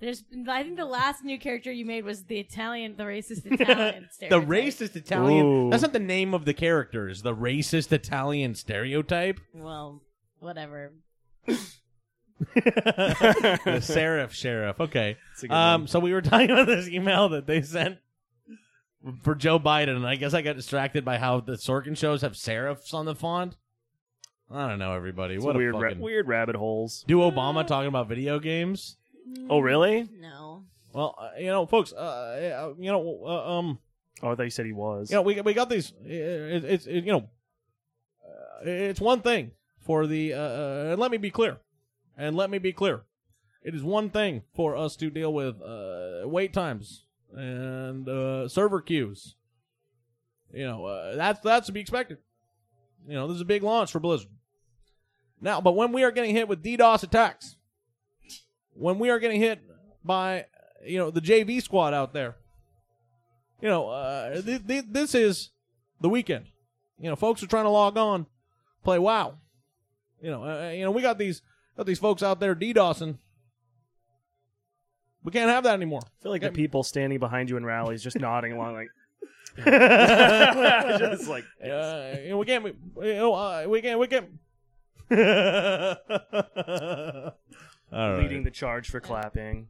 There's, I think the last new character you made was the Italian, the racist Italian.
The
stereotype.
racist Italian.
Ooh.
That's not the name of the character. Is the racist Italian stereotype?
Well, whatever.
the serif sheriff. Okay.
a good
Um,
one.
so we were talking about this email that they sent for Joe Biden, and I guess I got distracted by how the Sorkin shows have serifs on the font. I don't know, everybody.
It's
what
weird,
a
ra-
fucking
weird rabbit holes.
do Obama talking about video games? Mm.
Oh, really?
No.
Well, uh, you know, folks, uh, uh, you know, uh, um,
Oh, I thought you said he was.
you know, we we got these. uh, It, it's it, you know, uh, it's one thing for the. Uh, uh, and let me be clear, and let me be clear, it is one thing for us to deal with uh, wait times and uh, server queues. You know, uh, that's that's to be expected. You know, this is a big launch for Blizzard. Now, but when we are getting hit with DDoS attacks, when we are getting hit by you know the JV squad out there, you know, uh, th- th- this is the weekend. You know, folks are trying to log on, play WoW. You know, uh, you know, we got these got these folks out there DDoSing. We can't have that anymore.
I feel like the people standing behind you in rallies just nodding along, like just like yes.
Uh, you know, we can't. We, you know, uh, we can't. We can't. All right.
leading the charge for clapping.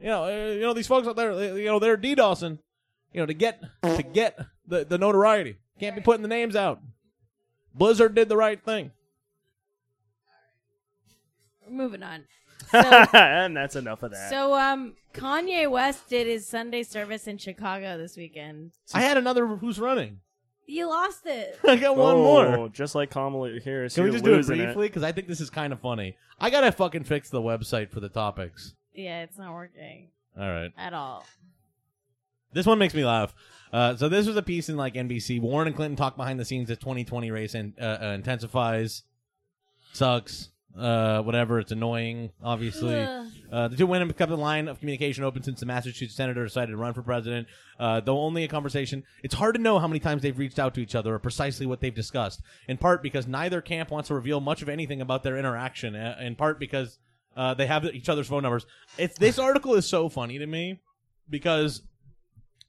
you know, uh, you know these folks out there, they- you know, they're DDoSing, you know, to get to get the, the notoriety. Can't be putting the names out. Blizzard did the right thing.
We're moving on. So,
and that's enough of that.
so um, Kanye West did his Sunday service in Chicago this weekend.
I had another who's running.
You lost it.
I got one
Oh,
more.
Just like Kamala Harris.
Can we
you're
just do it
losing
briefly? Because I think this is kind of funny. I gotta fucking fix the website for the topics.
Yeah, it's not working
All right.
at all.
This one makes me laugh. Uh, so this was a piece in like NBC. Warren and Clinton talk behind the scenes as 2020 race in, uh, uh, intensifies, sucks, uh, whatever. It's annoying, obviously.
Ugh.
Uh, the two women have kept the line of communication open since the Massachusetts senator decided to run for president. Uh, though only a conversation, it's hard to know how many times they've reached out to each other or precisely what they've discussed. In part because neither camp wants to reveal much of anything about their interaction. uh, In part because uh, they have each other's phone numbers. It's this article is so funny to me because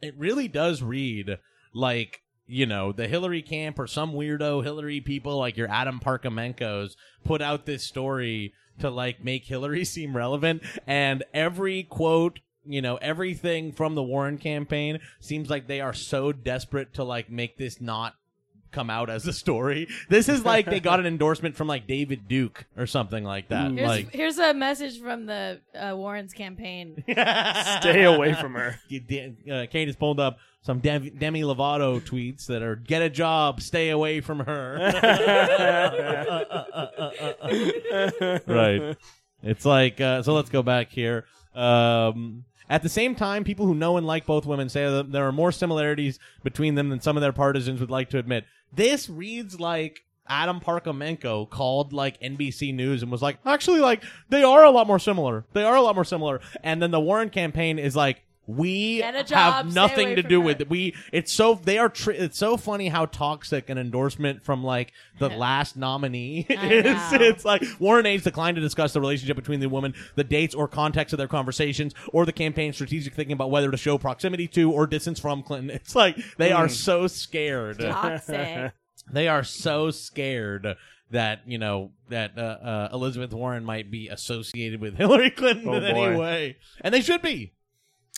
it really does read like you know the Hillary camp or some weirdo Hillary people like your Adam Parkamenko's put out this story to like make Hillary seem relevant, and every quote. You know, everything from the Warren campaign seems like they are so desperate to like make this not come out as a story. This is like they got an endorsement from like David Duke or something like that.
Here's,
Like
here's a message from the uh, Warren's campaign.
Stay away from her.
You de- uh, Kate has pulled up some Dem- Demi Lovato tweets that are "Get a job, stay away from her." right. It's like uh, so. Let's go back here. Um, at the same time, people who know and like both women say that there are more similarities between them than some of their partisans would like to admit. This reads like Adam Parkamenko called like NBC News and was like, actually, like they are a lot more similar. They are a lot more similar. And then the Warren campaign is like, we
Get a job,
have
stay
nothing
away
to
from
do
her."
with it. We it's so they are. Tr- it's so funny how toxic an endorsement from like the last nominee
I
is.
know.
It's like Warren Aides declined to discuss the relationship between the women, the dates or context of their conversations, or the campaign's strategic thinking about whether to show proximity to or distance from Clinton. It's like they are so scared.
Toxic.
They are so scared that you know that uh, uh, Elizabeth Warren might be associated with Hillary Clinton
Oh,
in any
boy.
way, and they should be.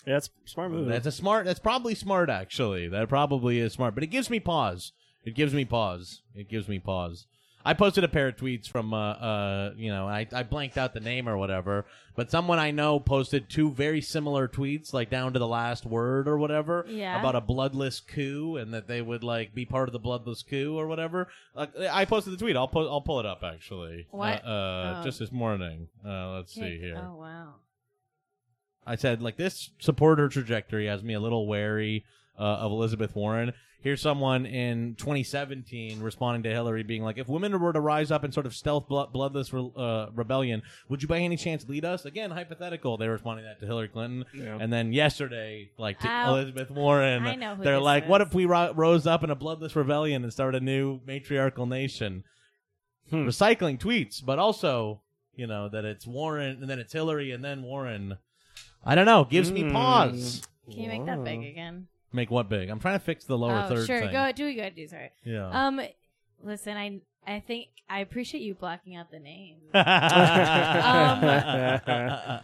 Yeah, that's a smart move.
That's a smart. That's probably smart. Actually, that probably is smart. But it gives me pause. It gives me pause. It gives me pause. I posted a pair of tweets from, uh, uh, you know, I, I blanked out the name or whatever, but someone I know posted two very similar tweets, like down to the last word or whatever,
Yeah.
about a bloodless coup and that they would like be part of the bloodless coup or whatever. Like, I posted the tweet. I'll po- I'll pull it up actually.
What?
Uh, uh,
Oh.
Just this morning. Uh, let's see here.
Oh wow.
I said, like, this supporter trajectory has me a little wary uh, of Elizabeth Warren. Here's someone in 2017 responding to Hillary being like, if women were to rise up in sort of stealth, blo- bloodless re- uh, rebellion, would you by any chance lead us? Again, hypothetical. They were responding that to Hillary Clinton.
Yeah.
And then yesterday, like, to
Ow.
Elizabeth Warren,
I know who
they're
this
like, what
is.
if we ro- rose up in a bloodless rebellion and started a new matriarchal nation?
Hmm.
Recycling tweets, but also, you know, that it's Warren and then it's Hillary and then Warren. I don't know. Gives me
Hmm.
pause.
Can you make that big
Wow.
again?
Make what big? I'm trying to fix the lower
oh,
third
sure.
thing. Oh.
Go do what you gotta do. Sorry.
Yeah.
Um, listen, I I think I appreciate you blocking out the name. Uh,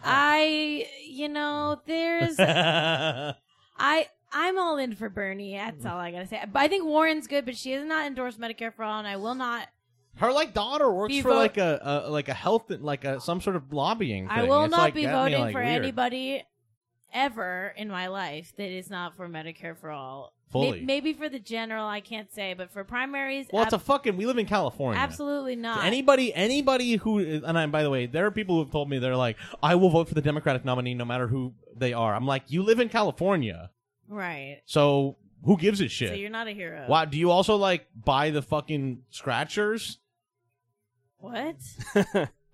I, you know, there's um, I I'm all in for Bernie.
Mm.
That's all I gotta say. But I think Warren's good, but she has not endorsed Medicare for all, and I will not.
Her like daughter works
Be
for
vote-
like a, a like a health like a some sort of lobbying.
I
thing.
will
It's,
not
like,
be
got me,
voting
like,
for
weird.
anybody ever in my life that is not for Medicare for all. May-
Fully.
maybe for the general, I can't say, but for primaries,
Well, it's a
ab-
fucking. We live in California.
absolutely not.
Anybody, anybody who, and I, by the way, there are people who have told me they're like, I will vote for the Democratic nominee no matter who they are. I'm like, you live in California,
right?
so who gives a shit?
So you're not a hero.
Wow, do you also like buy the fucking scratchers?
What?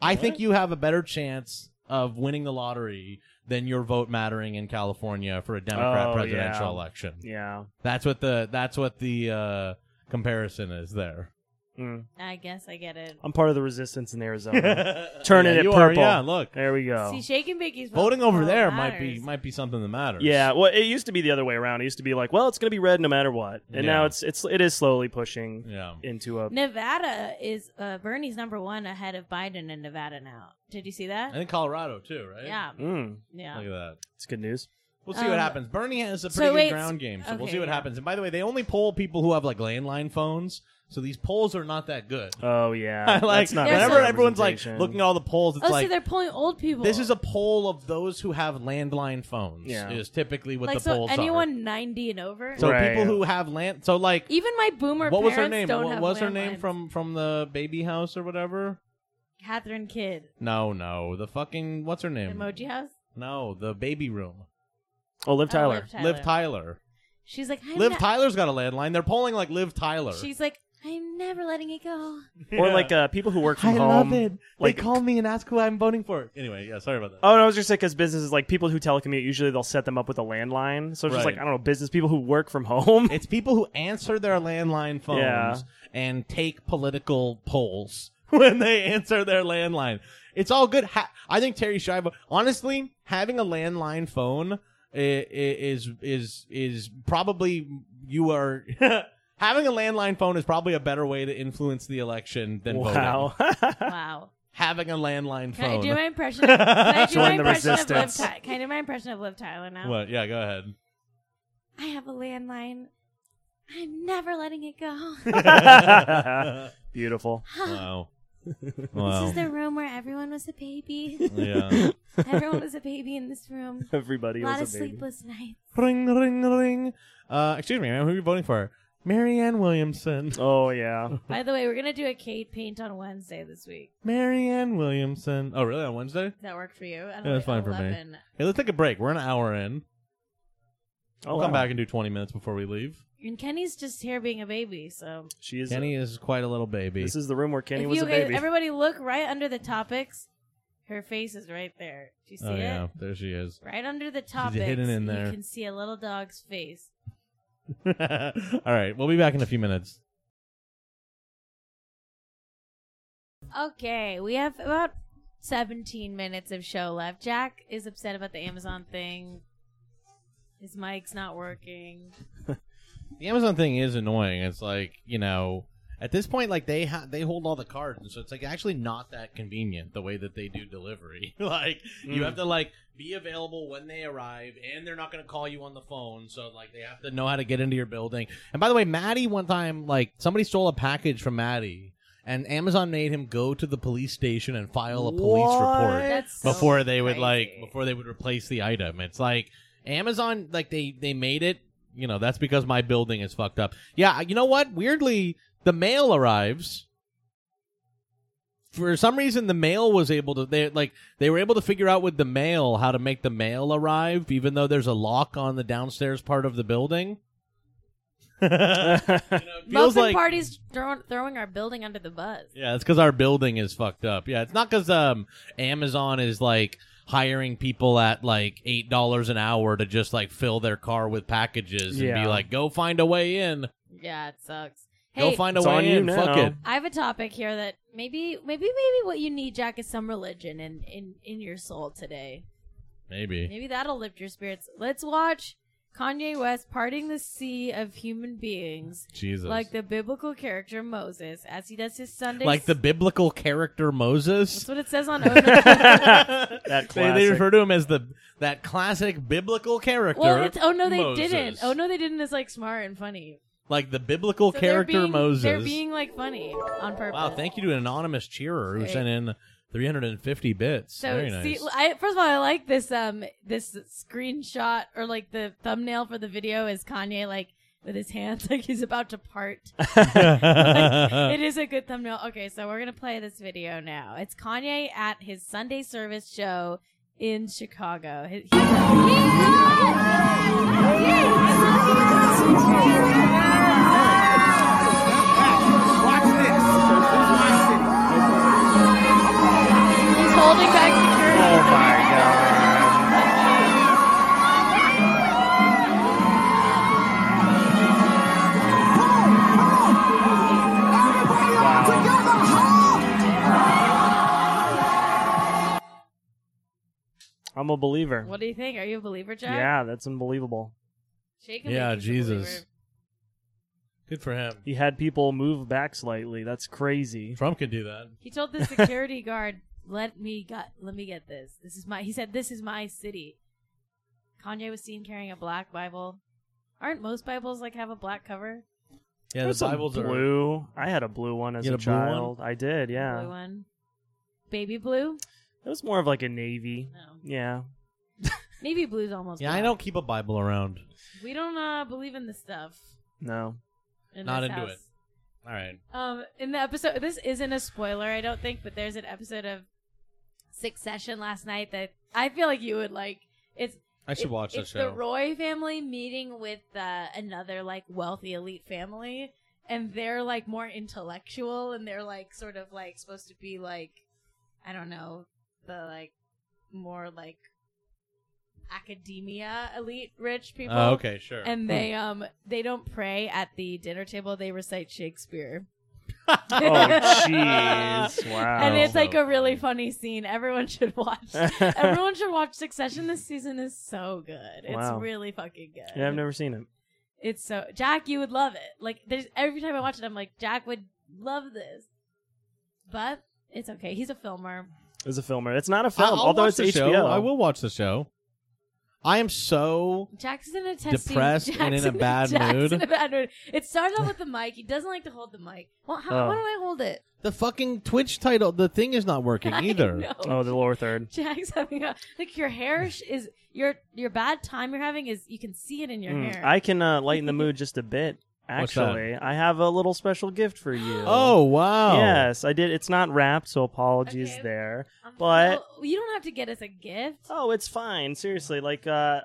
I think you have a better chance of winning the lottery than your vote mattering in California for a Democrat
Oh,
presidential
yeah.
election.
Yeah.
That's what the that's what the uh, comparison is there.
Mm.
I guess I get it.
I'm part of the resistance in Arizona. Turning
Turning
it
you Are,
purple.
yeah, look,
there we go.
See, shake and bakies.
voting over
vote
there might be
matters.
might be something that matters.
Yeah, well, it used to be the other way around. It used to be like, well, it's going to be red no matter what, and
Yeah.
now it's it's it is slowly pushing
yeah.
into a.
Nevada is uh, Bernie's number one ahead of Biden in Nevada now. Did you see
I
that?
think Colorado too, right?
Yeah,
Mm,
yeah.
Look at that.
it's good news.
We'll see what
Um,
happens. Bernie has a
so
pretty
wait,
good ground game, so we'll
okay,
see what
yeah.
happens. And by the way, they only poll people who have like landline phones, so these polls are not that good.
Oh yeah,
I like
That's not
There's
bad
whenever
some-
everyone's like
representation.
looking at all the polls, it's
Oh,
like
so they're pulling old people.
this is a poll of those who have landline phones.
Yeah.
is typically what
like
the
so
polls
anyone
are.
ninety and over.
So
Right.
people who have land, so like
Even my boomer
what was her
parents
name?
don't
What
have
was her name
landlines.
from from the baby house or whatever?
Catherine Kidd
No, no, the fucking what's her name?
emoji house.
No, the baby room.
Oh, Liv
Oh,
Tyler.
Liv Tyler.
Liv Tyler.
She's like, I'm
Liv
not-
Tyler's got a landline. They're polling like Liv Tyler.
She's like, I'm never letting it go.
or like uh, people who work from
I
home.
love it.
like-
they call me and ask who I'm voting for. Anyway, yeah, sorry about that.
Oh, and I was just like, because businesses like people who telecommute usually they'll set them up with a landline. So it's just
Right.
like I don't know, business people who work from home.
It's people who answer their landline phones
Yeah.
and take political polls when they answer their landline. It's all good. Ha- I think Terry Schiavo, honestly, having a landline phone i- i- is is is probably you are having a landline phone is probably a better way to influence the election than voting.
wow.
Wow.
Having a landline
Can I
phone.
do my impression? Of, can I do my
Join the
impression of Liv?
resistance.
Ty- can I do my impression of Liv Tyler now?
what? Yeah, go ahead.
I have a landline. I'm never letting it go.
Beautiful.
Wow.
This
Wow.
is the room where everyone was a baby.
yeah.
everyone was a baby in this room.
Everybody
A lot of
was a baby.
sleepless nights.
Ring, ring, ring. Uh, excuse me, ma'am. Who are you voting for? Marianne Williamson.
Oh yeah.
By the way, we're gonna do a Kate paint on Wednesday this week.
Marianne Williamson. Oh, really? On Wednesday?
Does that work for you? I don't
Yeah, that's fine
like
for me.
11.
Hey, let's take a break. We're an hour in.
Oh,
we'll
wow.
come back and do 20 minutes before we leave.
And Kenny's just here being a baby, so
She is.
Kenny is quite a little baby.
This is the room where Kenny
if
was
you
a
guys,
baby.
everybody, look right under the topics. Her face is right there. Do you see
oh,
it?
yeah. There she is.
Right under the
hidden
topics,
in there.
you can see a little dog's face.
All right. We'll be back in a few minutes.
Okay, we have about 17 minutes of show left. Jack is upset about the Amazon thing. His mic's not working.
The Amazon thing is annoying. It's like, you know, at this point, like, they ha- they hold all the cards. And so it's, like, actually not that convenient the way that they do delivery. like, you
Mm.
have to, like, be available when they arrive, and they're not going to call you on the phone. So, like, they have to know how to get into your building. And by the way, Maddie, one time, like, somebody stole a package from Maddie, and Amazon made him go to the police station and file a police report
That's so
before they would
crazy.
like before they would replace the item. It's like Amazon like they they made it, you know, that's because my building is fucked up. Yeah, you know what? Weirdly, the mail arrives for some reason the mail was able to they like they were able to figure out with the mail how to make the mail arrive even though there's a lock on the downstairs part of the building feels
Muffin
like-
parties throw- throwing our building under the bus.
yeah it's because our building is fucked up yeah it's not because um amazon is like hiring people at like eight dollars an hour to just like fill their car with packages and
Yeah.
be like go find a way in
Yeah, it sucks.
go
Hey,
find a
It's on
way
you
in
now.
fuck it
I have a topic here that maybe, maybe, maybe what you need, Jack, is some religion in in in your soul today.
maybe
Maybe that'll lift your spirits. Let's watch Kanye West parting the sea of human beings,
jesus
like the biblical character Moses, as he does his Sunday.
like the biblical character moses
That's what it says on Oh, Ono.
that
They,
classic.
they refer to him as the that classic biblical character.
well, it's oh no, they
Moses.
didn't. Oh no, they didn't is like smart and funny.
like the biblical
So they're
character
being-
Moses.
They're being like funny on purpose.
wow, thank you to an anonymous cheerer who
Right.
sent in 350 bits.
So
Very nice.
see, I, first of all, I like this um this screenshot or like the thumbnail for the video is Kanye like with his hands like he's about to part. it is a good thumbnail. Okay, so we're gonna play this video now. It's Kanye at his Sunday service show in Chicago. He- he- He's holding back security.
oh my god. I'm a believer.
What do you think? Are you a believer, Jack?
Yeah, that's unbelievable.
Shake him
yeah,
like he's a believer.
Jesus. Good for him.
He had people move back slightly. That's crazy.
Trump can do that.
He told the security guard, "Let me got, let me get this. This is my." He said, "This is my city." Kanye was seen carrying a black Bible. Aren't most Bibles like have a black cover?
Yeah,
There's
the
some
Bibles are.
blue. I had a blue one as
You
a,
had a blue one?
child. I did, yeah.
Blue one. Baby blue.
It was more of like a navy.
No.
Yeah.
Navy blue's almost.
Yeah, I
black.
don't keep a Bible around.
We don't uh, believe in this stuff.
No.
In
Not
this
into
house.
it. All right.
Um, in the episode, this isn't a spoiler, I don't think, but there's an episode of Succession last night that I feel like you would like. It's
I should
it-
watch that
it's
show.
the Roy family meeting with uh, another like wealthy elite family, and they're like more intellectual, and they're like sort of like supposed to be like, I don't know, the like more like academia elite rich people.
Oh, okay, sure. Hmm.
And they um they don't pray at the dinner table; they recite Shakespeare.
Oh jeez. Wow.
And it's
Oh.
like a really funny scene. Everyone should watch. Everyone should watch Succession. This season is so good. It's
Wow.
really fucking good.
Yeah, I've never seen it.
It's so Jack, you would love it. Like there's every time I watch it, I'm like Jack would love this. But it's okay. He's a filmer.
It was a filmer. It's not a
I-
film,
I'll
although
watch
it's
the
HBO.
show. I will watch the show. I am so
Jack's in a testing.
Depressed
Jack's
and in a bad
Jack's
mood.
in a bad mood. It started off with the mic. He doesn't like to hold the mic. Well, how,
Oh.
why don't I hold it?
The fucking Twitch title, the thing is not working
I
either.
know.
Oh, the lower third.
Jack's having a like your hair sh- is your your bad time you're having is you can see it in your
Mm,
hair.
I can uh, lighten the mood just a bit.
What's that?
Actually, I have a little special gift for you.
Oh wow!
Yes, I did. It's not wrapped, so apologies
Okay.
there.
Um,
but-
well, you don't have to get us a gift.
Oh, it's fine. Seriously, like uh,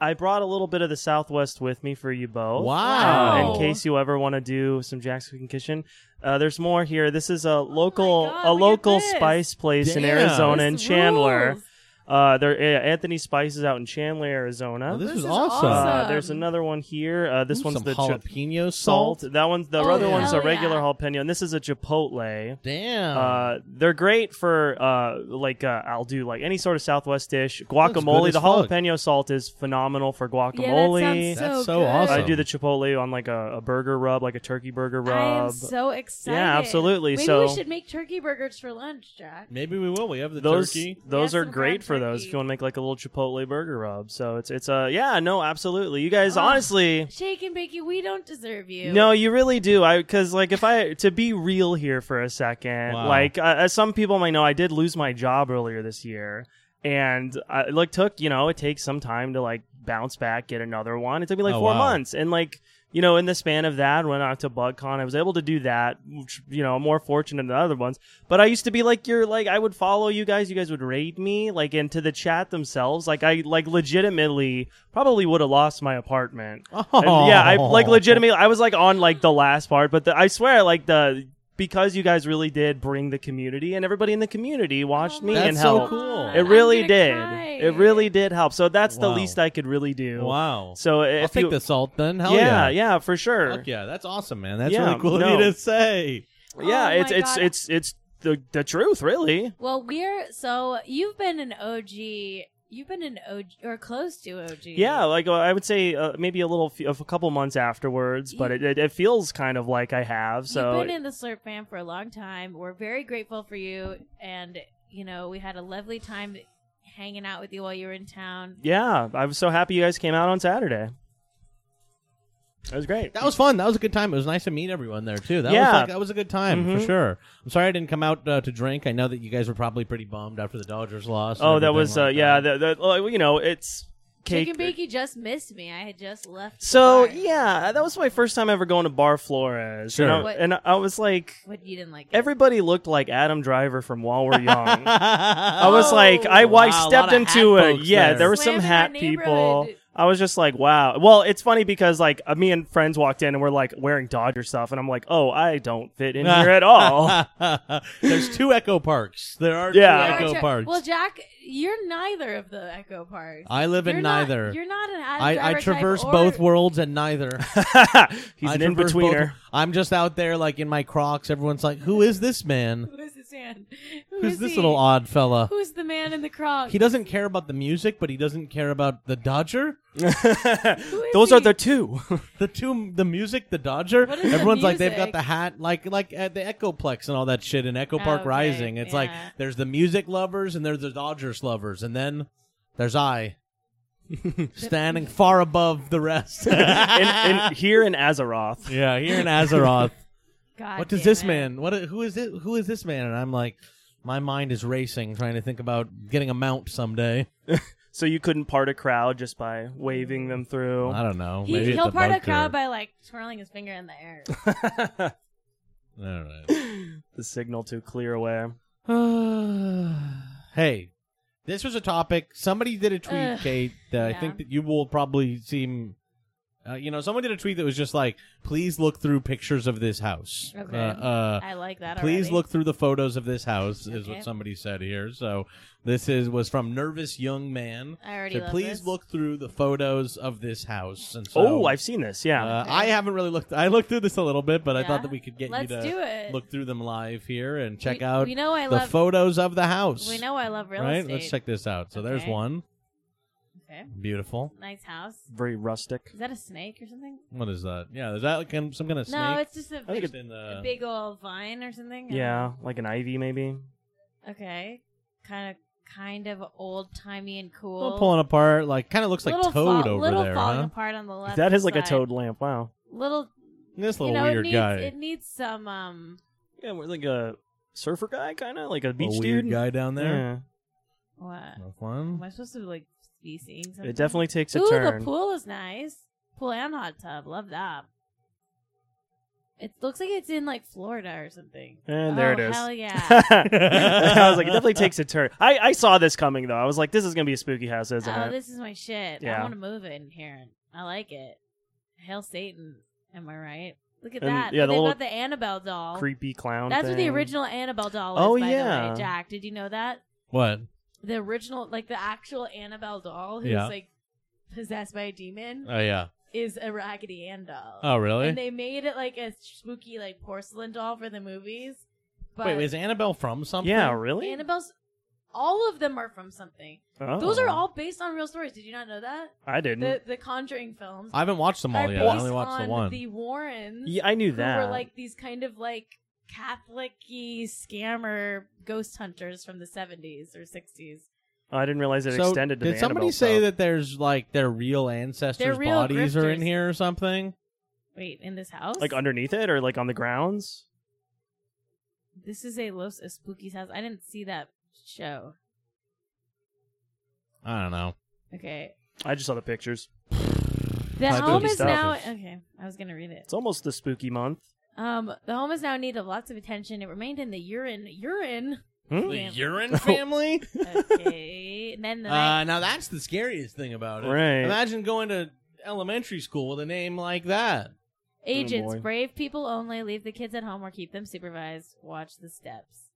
I brought a little bit of the Southwest with me for you both.
Wow.
Wow.
in case you ever want to do some Jack's Cooking Kitchen, uh, there's more here. This is a local
Oh God,
a
look at
local
this.
spice place in
Damn.
Arizona
This
in Chandler.
rules.
Uh, there, yeah, Anthony Spice is out in Chandler,
Well,
Arizona.
Oh, this,
This
is
is
awesome.
awesome.
Uh, there's another one here. Uh, this
Ooh,
one's
some
the chi-
jalapeno
salt.
salt.
That one's the
Oh,
other one's a
hell
regular
yeah.
jalapeno, and this is a chipotle.
Damn.
Uh, they're great for uh, like uh, I'll do like any sort of Southwest dish.
good
Guacamole.
as
The
fuck.
jalapeno salt is phenomenal for
Yeah,
guacamole.
that sounds
That's
so,
so
good.
awesome.
I do the chipotle on like a, a burger rub, like a turkey burger
I am
rub.
so excited.
absolutely.
Maybe
So-
we should make turkey burgers for lunch, Jack.
Maybe we will. We have the
those
turkey.
those
Yeah,
are
some
great
ground
for those if
turkey.
you want to make like a little chipotle burger rub. So it's it's uh, yeah no absolutely you guys
Ugh.
honestly
Shake and bakey, we don't deserve you.
No, you really do. I because like if I to be real here for a second,
Wow.
like uh, as some people might know, I did lose my job earlier this year, and I, like took you know it takes some time to like bounce back, get another one. It took me like
Oh,
four
wow.
months, and like you know, in the span of that, went out to BugCon. I was able to do that, which, you know, I'm more fortunate than other ones. But I used to be like, you're like, I would follow you guys. You guys would raid me, like, into the chat themselves. Like, I, like, legitimately probably would have lost my apartment. And, yeah, I, like,
Oh.
legitimately, I was like on, like, the last part, but the, I swear, like, the, because you guys really did bring the community and everybody in the community watched
Oh,
me
That's
and
so
helped.
cool.
It
I'm
really
gonna
did.
cry.
It really did help. So that's
Wow.
the least I could really do.
Wow.
So if
I'll take
you,
the salt then. Hell
yeah,
yeah.
yeah, for sure.
Fuck yeah. That's awesome, man. That's
Yeah,
really cool
no.
of you to say.
Yeah,
Oh
it's
my
it's
God.
it's it's the the truth, really.
Well, we're so you've been an OG. You've been an OG or close to OG.
Yeah, like uh, I would say uh, maybe a little, f- a couple months afterwards, but it, it, it feels kind of like I have. So
You've been in the Slurp fan for a long time. We're very grateful for you, and you know we had a lovely time hanging out with you while you were in town.
yeah, I was so happy you guys came out on Saturday. That was great.
That was fun. That was a good time. It was nice to meet everyone there too. That
Yeah.
was like, that was a good time
Mhm.
for sure. I'm sorry I didn't come out uh, to drink. I know that you guys were probably pretty bummed after the Dodgers lost. and
oh, that
everything
was uh,
like
yeah. That, that, well, you know, it's cake.
Chicken Bakey just missed me. I had just left. the
So
bar.
yeah, that was my first time ever going to Bar Flores.
Sure.
And I,
What-
and I was like,
What you didn't like? it.
everybody looked like Adam Driver from While We're Young.
I
I was like, I,
wow,
I
a
stepped
lot of
into
hat
it.
folks
Yeah,
there.
there, were some
Slam Oh. in
hat
our
people.
neighborhood.
I was just like, wow. Well, it's funny because like uh, me and friends walked in and we're like wearing Dodger stuff, and I'm like, oh, I don't fit in here at all.
There's two Echo Parks. There are
Yeah.
You're
two Echo
tra-
Parks.
Well, Jack, you're neither of the Echo Parks.
I live in
You're not-
neither.
you're not an Adam
I, I
Driver type
traverse
or-
both worlds and neither.
He's
I
an in
traverse both-
betweener.
I'm just out there like in my Crocs. Everyone's like, "Who is this man?
Who is this man? Who
Who's
is
this
he?
little odd fella?"
Who's the man in the crowd?
He doesn't care about the music, but he doesn't care about the Dodger.
Those
he?
are the two.
The two, the music, the Dodger.
What is the
Everyone's like they've got
music?
the hat, like like at the Echoplex and all that shit in Echo
Oh,
Park
okay,
Rising. It's like
yeah.
there's the music lovers and there's the Dodgers lovers, and then there's I, standing far above the rest.
in, in, here in Azeroth.
yeah, here in Azeroth.
God
what does
damn
this
it.
man? What? Who is it? Who is this man? And I'm like, my mind is racing, trying to think about getting a mount someday.
So you couldn't part a crowd just by waving them through.
I don't know.
He,
maybe at
he'll
the
part a
bunker.
crowd by like twirling his finger in the air.
All right.
the signal to clear away.
hey, this was a topic. Somebody did a tweet,
Ugh,
Kate, that I
yeah.
think that you will probably seem. Uh, you know, someone did a tweet that was just like, "Please look through pictures of this house."
Okay.
Uh, uh,
I like that.
please
already.
look through the photos of this house is
Okay.
what somebody said here. So this is was from nervous young man.
I already
So
love
please
this.
look through the photos of this house. And so,
oh, I've seen this. Yeah.
uh, I haven't really looked. I looked through this a little bit, but I
Yeah.
thought that we could get
Let's
you to
do it.
look through them live here and
We-
check out
We know I
the
love.
photos of the house.
we know I love real
right?
estate.
Let's check this out. So there's
Okay.
one.
Okay.
Beautiful.
Nice house.
Very rustic.
Is that a snake or something?
What is that? Yeah, is that like um, some kind of snake?
No, it's just a,
think
big-
Just in
a
the-
big old vine or something. I don't
Yeah, like an ivy maybe.
know. Okay. Kind of, kind of old timey and cool.
All pulling apart. Like kind of looks like
little
toad
fall-
over
little
there,
falling
huh?
apart on the left.
That is like a
side.
toad lamp. Wow.
Little,
This
you
little
know, it
weird
needs
guy.
it needs some um
Yeah, we're like a surfer guy, kind of like a beach
a weird
dude.
guy down there.
Yeah.
what?
That's
Am
one.
I supposed to like be seeing something?
It definitely takes a
Ooh,
turn.
the pool is nice. Pool and hot tub. Love that. It looks like it's in like Florida or something.
And there
Oh,
it is.
Hell yeah.
I was like, it definitely takes a turn. I, I saw this coming though. I was like, this is gonna be a spooky house, isn't
oh,
it?
this is my shit. I
Yeah.
want to move in here. I like it. Hail Satan. Am I right? Look at
And,
that.
yeah,
Yeah,
the
they
little
got the Annabelle doll.
Creepy clown.
That's what the
thing.
original Annabelle doll
Oh,
was, by the
yeah.
way, Jack. Did you know that?
What?
The original, like the actual Annabelle doll who's
Yeah.
like possessed by a demon,
Uh.
Oh yeah.
is a Raggedy Ann doll.
Oh really?
And they made it like a spooky like porcelain doll for the movies. But
Wait, is Annabelle from something?
Yeah, really?
Annabelle's all of them are from something.
Oh.
Those are all based on real stories. Did you not know that?
I didn't.
The the Conjuring films
I haven't watched them all
are
yet.
based
I only watched
on
the one.
the Warrens.
yeah, I knew
who
that.
were like these kind of like Catholic-y scammer ghost hunters from the 70s or 60s.
oh, I didn't realize it
so
extended to
did
the
somebody
Annabelle
say
stuff.
that there's like their real ancestors'
real
bodies are in
grifters.
here or something?
Wait, in this house?
like underneath it or like on the grounds?
this is a Los Spookies house. I didn't see that show.
I don't know.
Okay.
I just saw the pictures.
The
Pipe
home
of-
is now okay. I was gonna read it.
It's almost the spooky month.
Um, the home is now in need of lots of attention. It remained in the urine, urine.
Hmm?
The
Yeah.
urine family?
Okay, and then the night.
Uh, now that's the scariest thing about it.
Right.
Imagine going to elementary school with a name like that.
Agents,
Oh, boy.
brave people only. Leave the kids at home or keep them supervised. Watch the steps.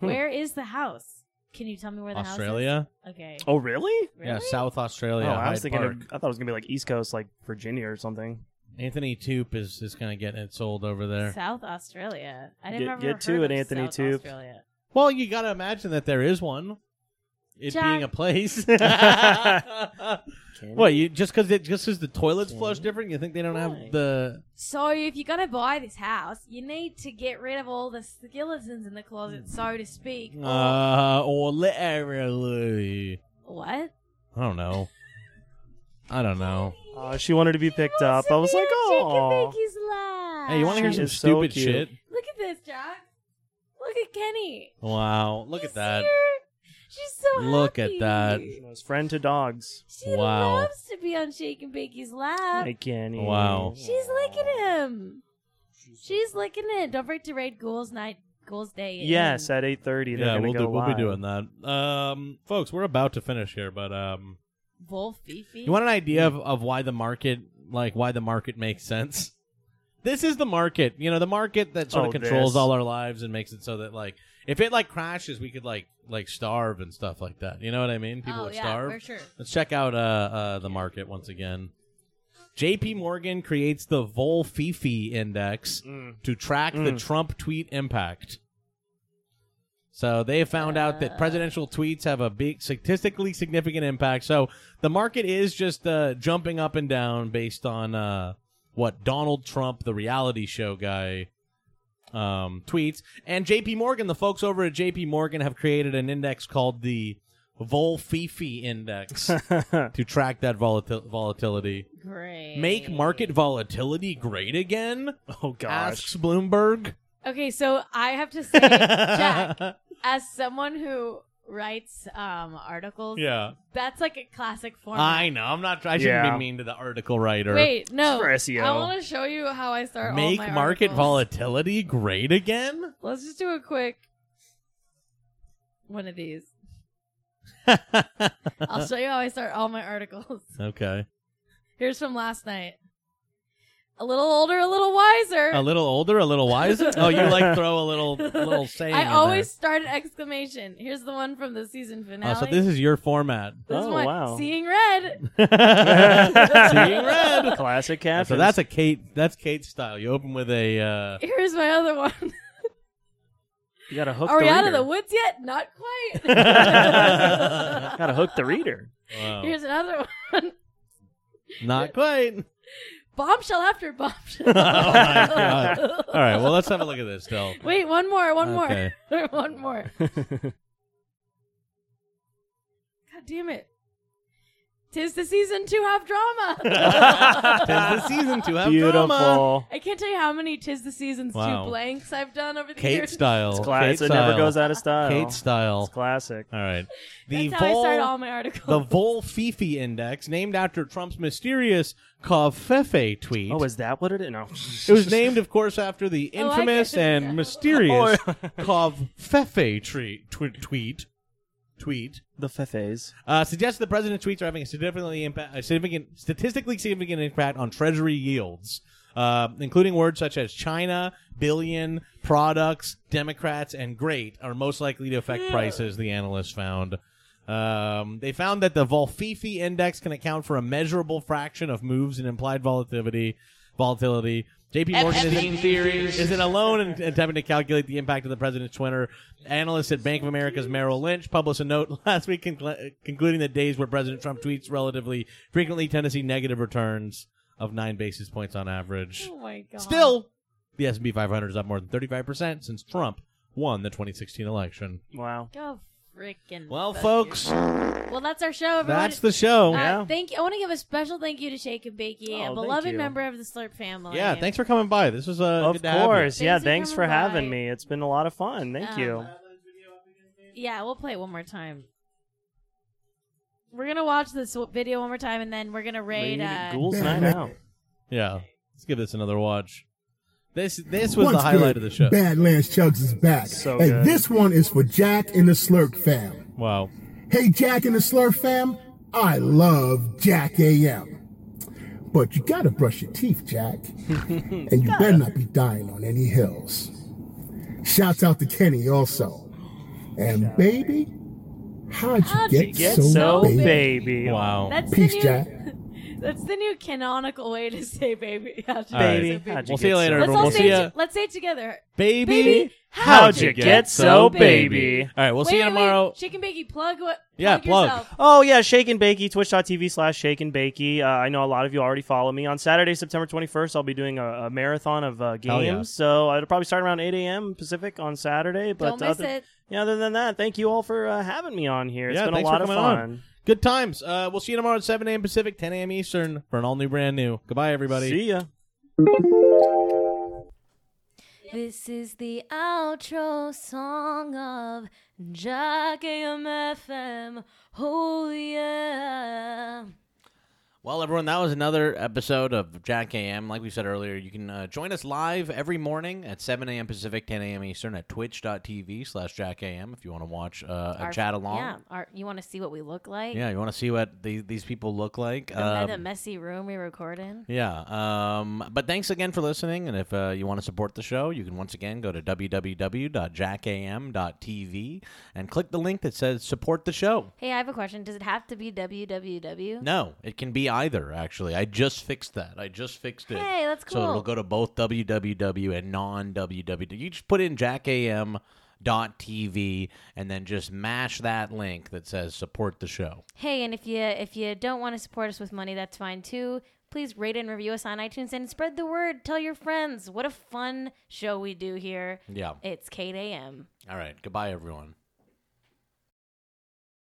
Hmm.
Where is the house? Can you tell me where the
Australia?
house is? Okay.
Oh, really?
Yeah,
Really?
South Australia.
oh, I was
Hyde
thinking.
Park.
Of, I thought it was gonna be like East Coast, like Virginia or something.
Anthony Toop is, is going to get it sold over there.
South Australia. I didn't
Get-
ever
get
heard
to it,
of
Anthony
South
Toop.
Australia.
Well, you got to imagine that there is one. It
Jack-
being a place.
Can-
what you just because it just because the toilets flush different, you think they don't
Why?
have the?
So if you're gonna buy this house, you need to get rid of all the skeletons in the closet, so to speak. or-
Uh, or literally,
what?
I don't know. I don't know.
Aw, Uh, she wanted to be picked up. I was like, oh.
Hey, you want to hear
She
some
is so
stupid
cute.
shit?
Look at this, Jack. Look at Kenny.
Wow, look
You
at
see
that.
her? She's so
Look at
happy.
that.
friend to dogs.
She
Wow.
loves to be on Shake and Bakey's lap.
Hey, Kenny.
Wow.
She's licking him. She's licking it. Don't forget to raid Ghouls Night, Ghouls Day. in.
Yes, at eight thirty.
Yeah, we'll
go
do. We'll be
live.
doing that, um, folks. We're about to finish here, but um,
Wolf Fifi.
You want an idea of, of why the market like why the market makes sense? This is the market. You know, the market that sort
Oh,
of controls
this.
all our lives and makes it so that like if it like crashes, we could like like starve and stuff like that. You know what I mean? People
oh,
would
yeah,
starve.
for sure.
Let's check out uh, uh the market once again. JP Morgan creates the Volfifi index
Mm.
to track the
Mm.
Trump tweet impact. So they found out
Uh.
that presidential tweets have a big, statistically significant impact. So the market is just uh, jumping up and down based on uh, what Donald Trump, the reality show guy, um, tweets. And J.P. Morgan, the folks over at J.P. Morgan, have created an index called the Volfifi Index to track that volatil- volatility.
Great.
Make market volatility great again?
Oh gosh.
Asks Bloomberg.
Okay, so I have to say, Jack, as someone who writes um, articles,
Yeah.
that's like a classic format.
I know. I'm not. I shouldn't
Yeah.
be mean to the article writer.
Wait, no.
for SEO.
I want to show you how I start. all
Make
my
market
articles.
volatility great again?
Let's just do a quick one of these. I'll show you how I start all my articles.
okay.
Here's from last night. A little older, a little wiser.
A little older, a little wiser. Oh, you like throw a little little saying. in
I
there.
always start an exclamation. Here's the one from the season finale.
Oh, so this is your format.
This
Oh,
one,
wow.
Seeing red.
Seeing red.
Classic captions.
So that's a Kate. That's Kate's style. You open with a. Uh,
Here's my other one.
you gotta hook
Are
the
we out
reader.
of the woods yet? Not quite.
gotta hook the reader.
wow.
Here's another one.
Not quite.
Bombshell after bombshell.
oh my god! All right, well let's have a look at this still.
Wait, one more, one
Okay.
more, one more. God damn it! Tis the season to have
Tis
drama.
the season to have drama.
Beautiful.
I can't tell you how many tis the seasons
Wow.
to blanks I've done over the
Kate
years.
style.
It's classic.
Kate
It never
style.
goes out of style.
Kate
It's
style.
classic.
All right. The
That's how I start
Vol-
all my articles.
the Vol Fifi Index, named after Trump's mysterious Covfefe tweet.
Oh, is that what it is? No.
it was named, of course, after the
Oh, I
infamous
get it now.
and mysterious
Oh,
Covfefe tre- tw- tweet. Tweet.
the Fefes.
Uh, suggests the president's tweets are having a significantly impact, a significant, statistically significant impact on Treasury yields, uh, including words such as China, billion, products, Democrats, and great are most likely to affect prices. The analysts found. Um, they found that the Volfifi index can account for a measurable fraction of moves in implied volatility. Volatility. J.P. Morgan isn't, isn't alone in attempting to calculate the impact of the president's Twitter. Analysts at Bank of America's Merrill Lynch published a note last week conclu- concluding that days where President Trump tweets relatively frequently tend to see negative returns of nine basis points on average.
oh my god!
Still, the S&P 500 is up more than 35% since Trump won the 2016 election.
Wow.
go freaking.
Well,
fuck
folks,
you. Well, that's our show. Everyone.
that's the show.
Uh,
Yeah.
Thank you. I want to give a special thank you to Shake and Bakey,
Oh,
a
thank
beloved
you.
member of the Slurp family.
Yeah, thanks for coming by. This was uh,
of
good to have you.
course. Yeah,
Thanks
thanks
for
for
coming
having
by.
me. It's been a lot of fun. Thank
Um,
you.
Yeah, we'll play it one more time. we're gonna watch this w- video one more time, and then we're gonna raid. Uh,
Ghouls
Damn
Night
it.
Out.
Yeah, let's give this another watch. This this was the
Once
highlight
good,
of the show.
Badlands Chugs is back.
So
and
good.
this one is for Jack and the Slurp fam.
Wow.
Hey, Jack and the Slurp fam, I love Jack AM. But you gotta brush your teeth, Jack. and you better not be dying on any hills. Shouts out to Kenny also. And baby, how'd you
How'd
get,
you
Get
so,
so
baby?
baby.
Wow.
that's
Peace,
the new.
Jack.
That's the new canonical way to say baby. How'd you
All right.
Baby.
get so big?
How'd
We'll see you
get
later,
Let's
everyone.
all
We'll
say
see
it.
you.
to- Let's say it together.
Baby,
Baby,
how'd you get so baby?
All right, we'll see you
Wait, wait,
tomorrow.
Chicken Biggie, plug what?
Yeah, plug.
yourself.
Oh yeah, Shake and Bakey, twitch.tv slash Shake and Bakey. Uh, I know a lot of you already follow me. On Saturday, September 21st, I'll be doing a, a marathon of uh,
Hell
games.
yeah.
So it'll probably start around 8 a.m. Pacific on Saturday. But
Don't miss
other,
it.
Yeah, other than that, thank you all for uh, having me on here. It's
Yeah,
been a
thanks
lot
for
of
coming on.
fun.
Good times. Uh, we'll see you tomorrow at 7 a.m. Pacific, 10 a.m. Eastern for an all new, brand new. Goodbye, everybody.
See ya.
This is the outro song of Jack AMFM. Oh yeah.
Well, everyone, that was another episode of Jack AM. Like we said earlier, you can uh, join us live every morning at 7 a.m. Pacific, 10 a.m. Eastern at twitch.tv slash Jack AM if you want to watch uh, a
Our-
chat along.
Yeah. Our, you want to see what we look like?
Yeah, you want to see what the, these people look like?
And the
Um,
messy room we record in.
Yeah. Um, but thanks again for listening. And if uh, you want to support the show, you can once again go to www.jackam.tv and click the link that says support the show.
Hey, I have a question. Does it have to be www?
No, it can be either, actually. I just fixed that. I just fixed it.
Hey, that's
So it'll
cool.
go to both www and non www. You just put in jackam.tv and then just mash that link that says support the show.
Hey, and if you if you don't want to support us with money, that's fine too. Please rate and review us on iTunes and spread the word. Tell your friends. What a fun show we do here.
Yeah.
It's Kate AM.
All right. Goodbye, everyone.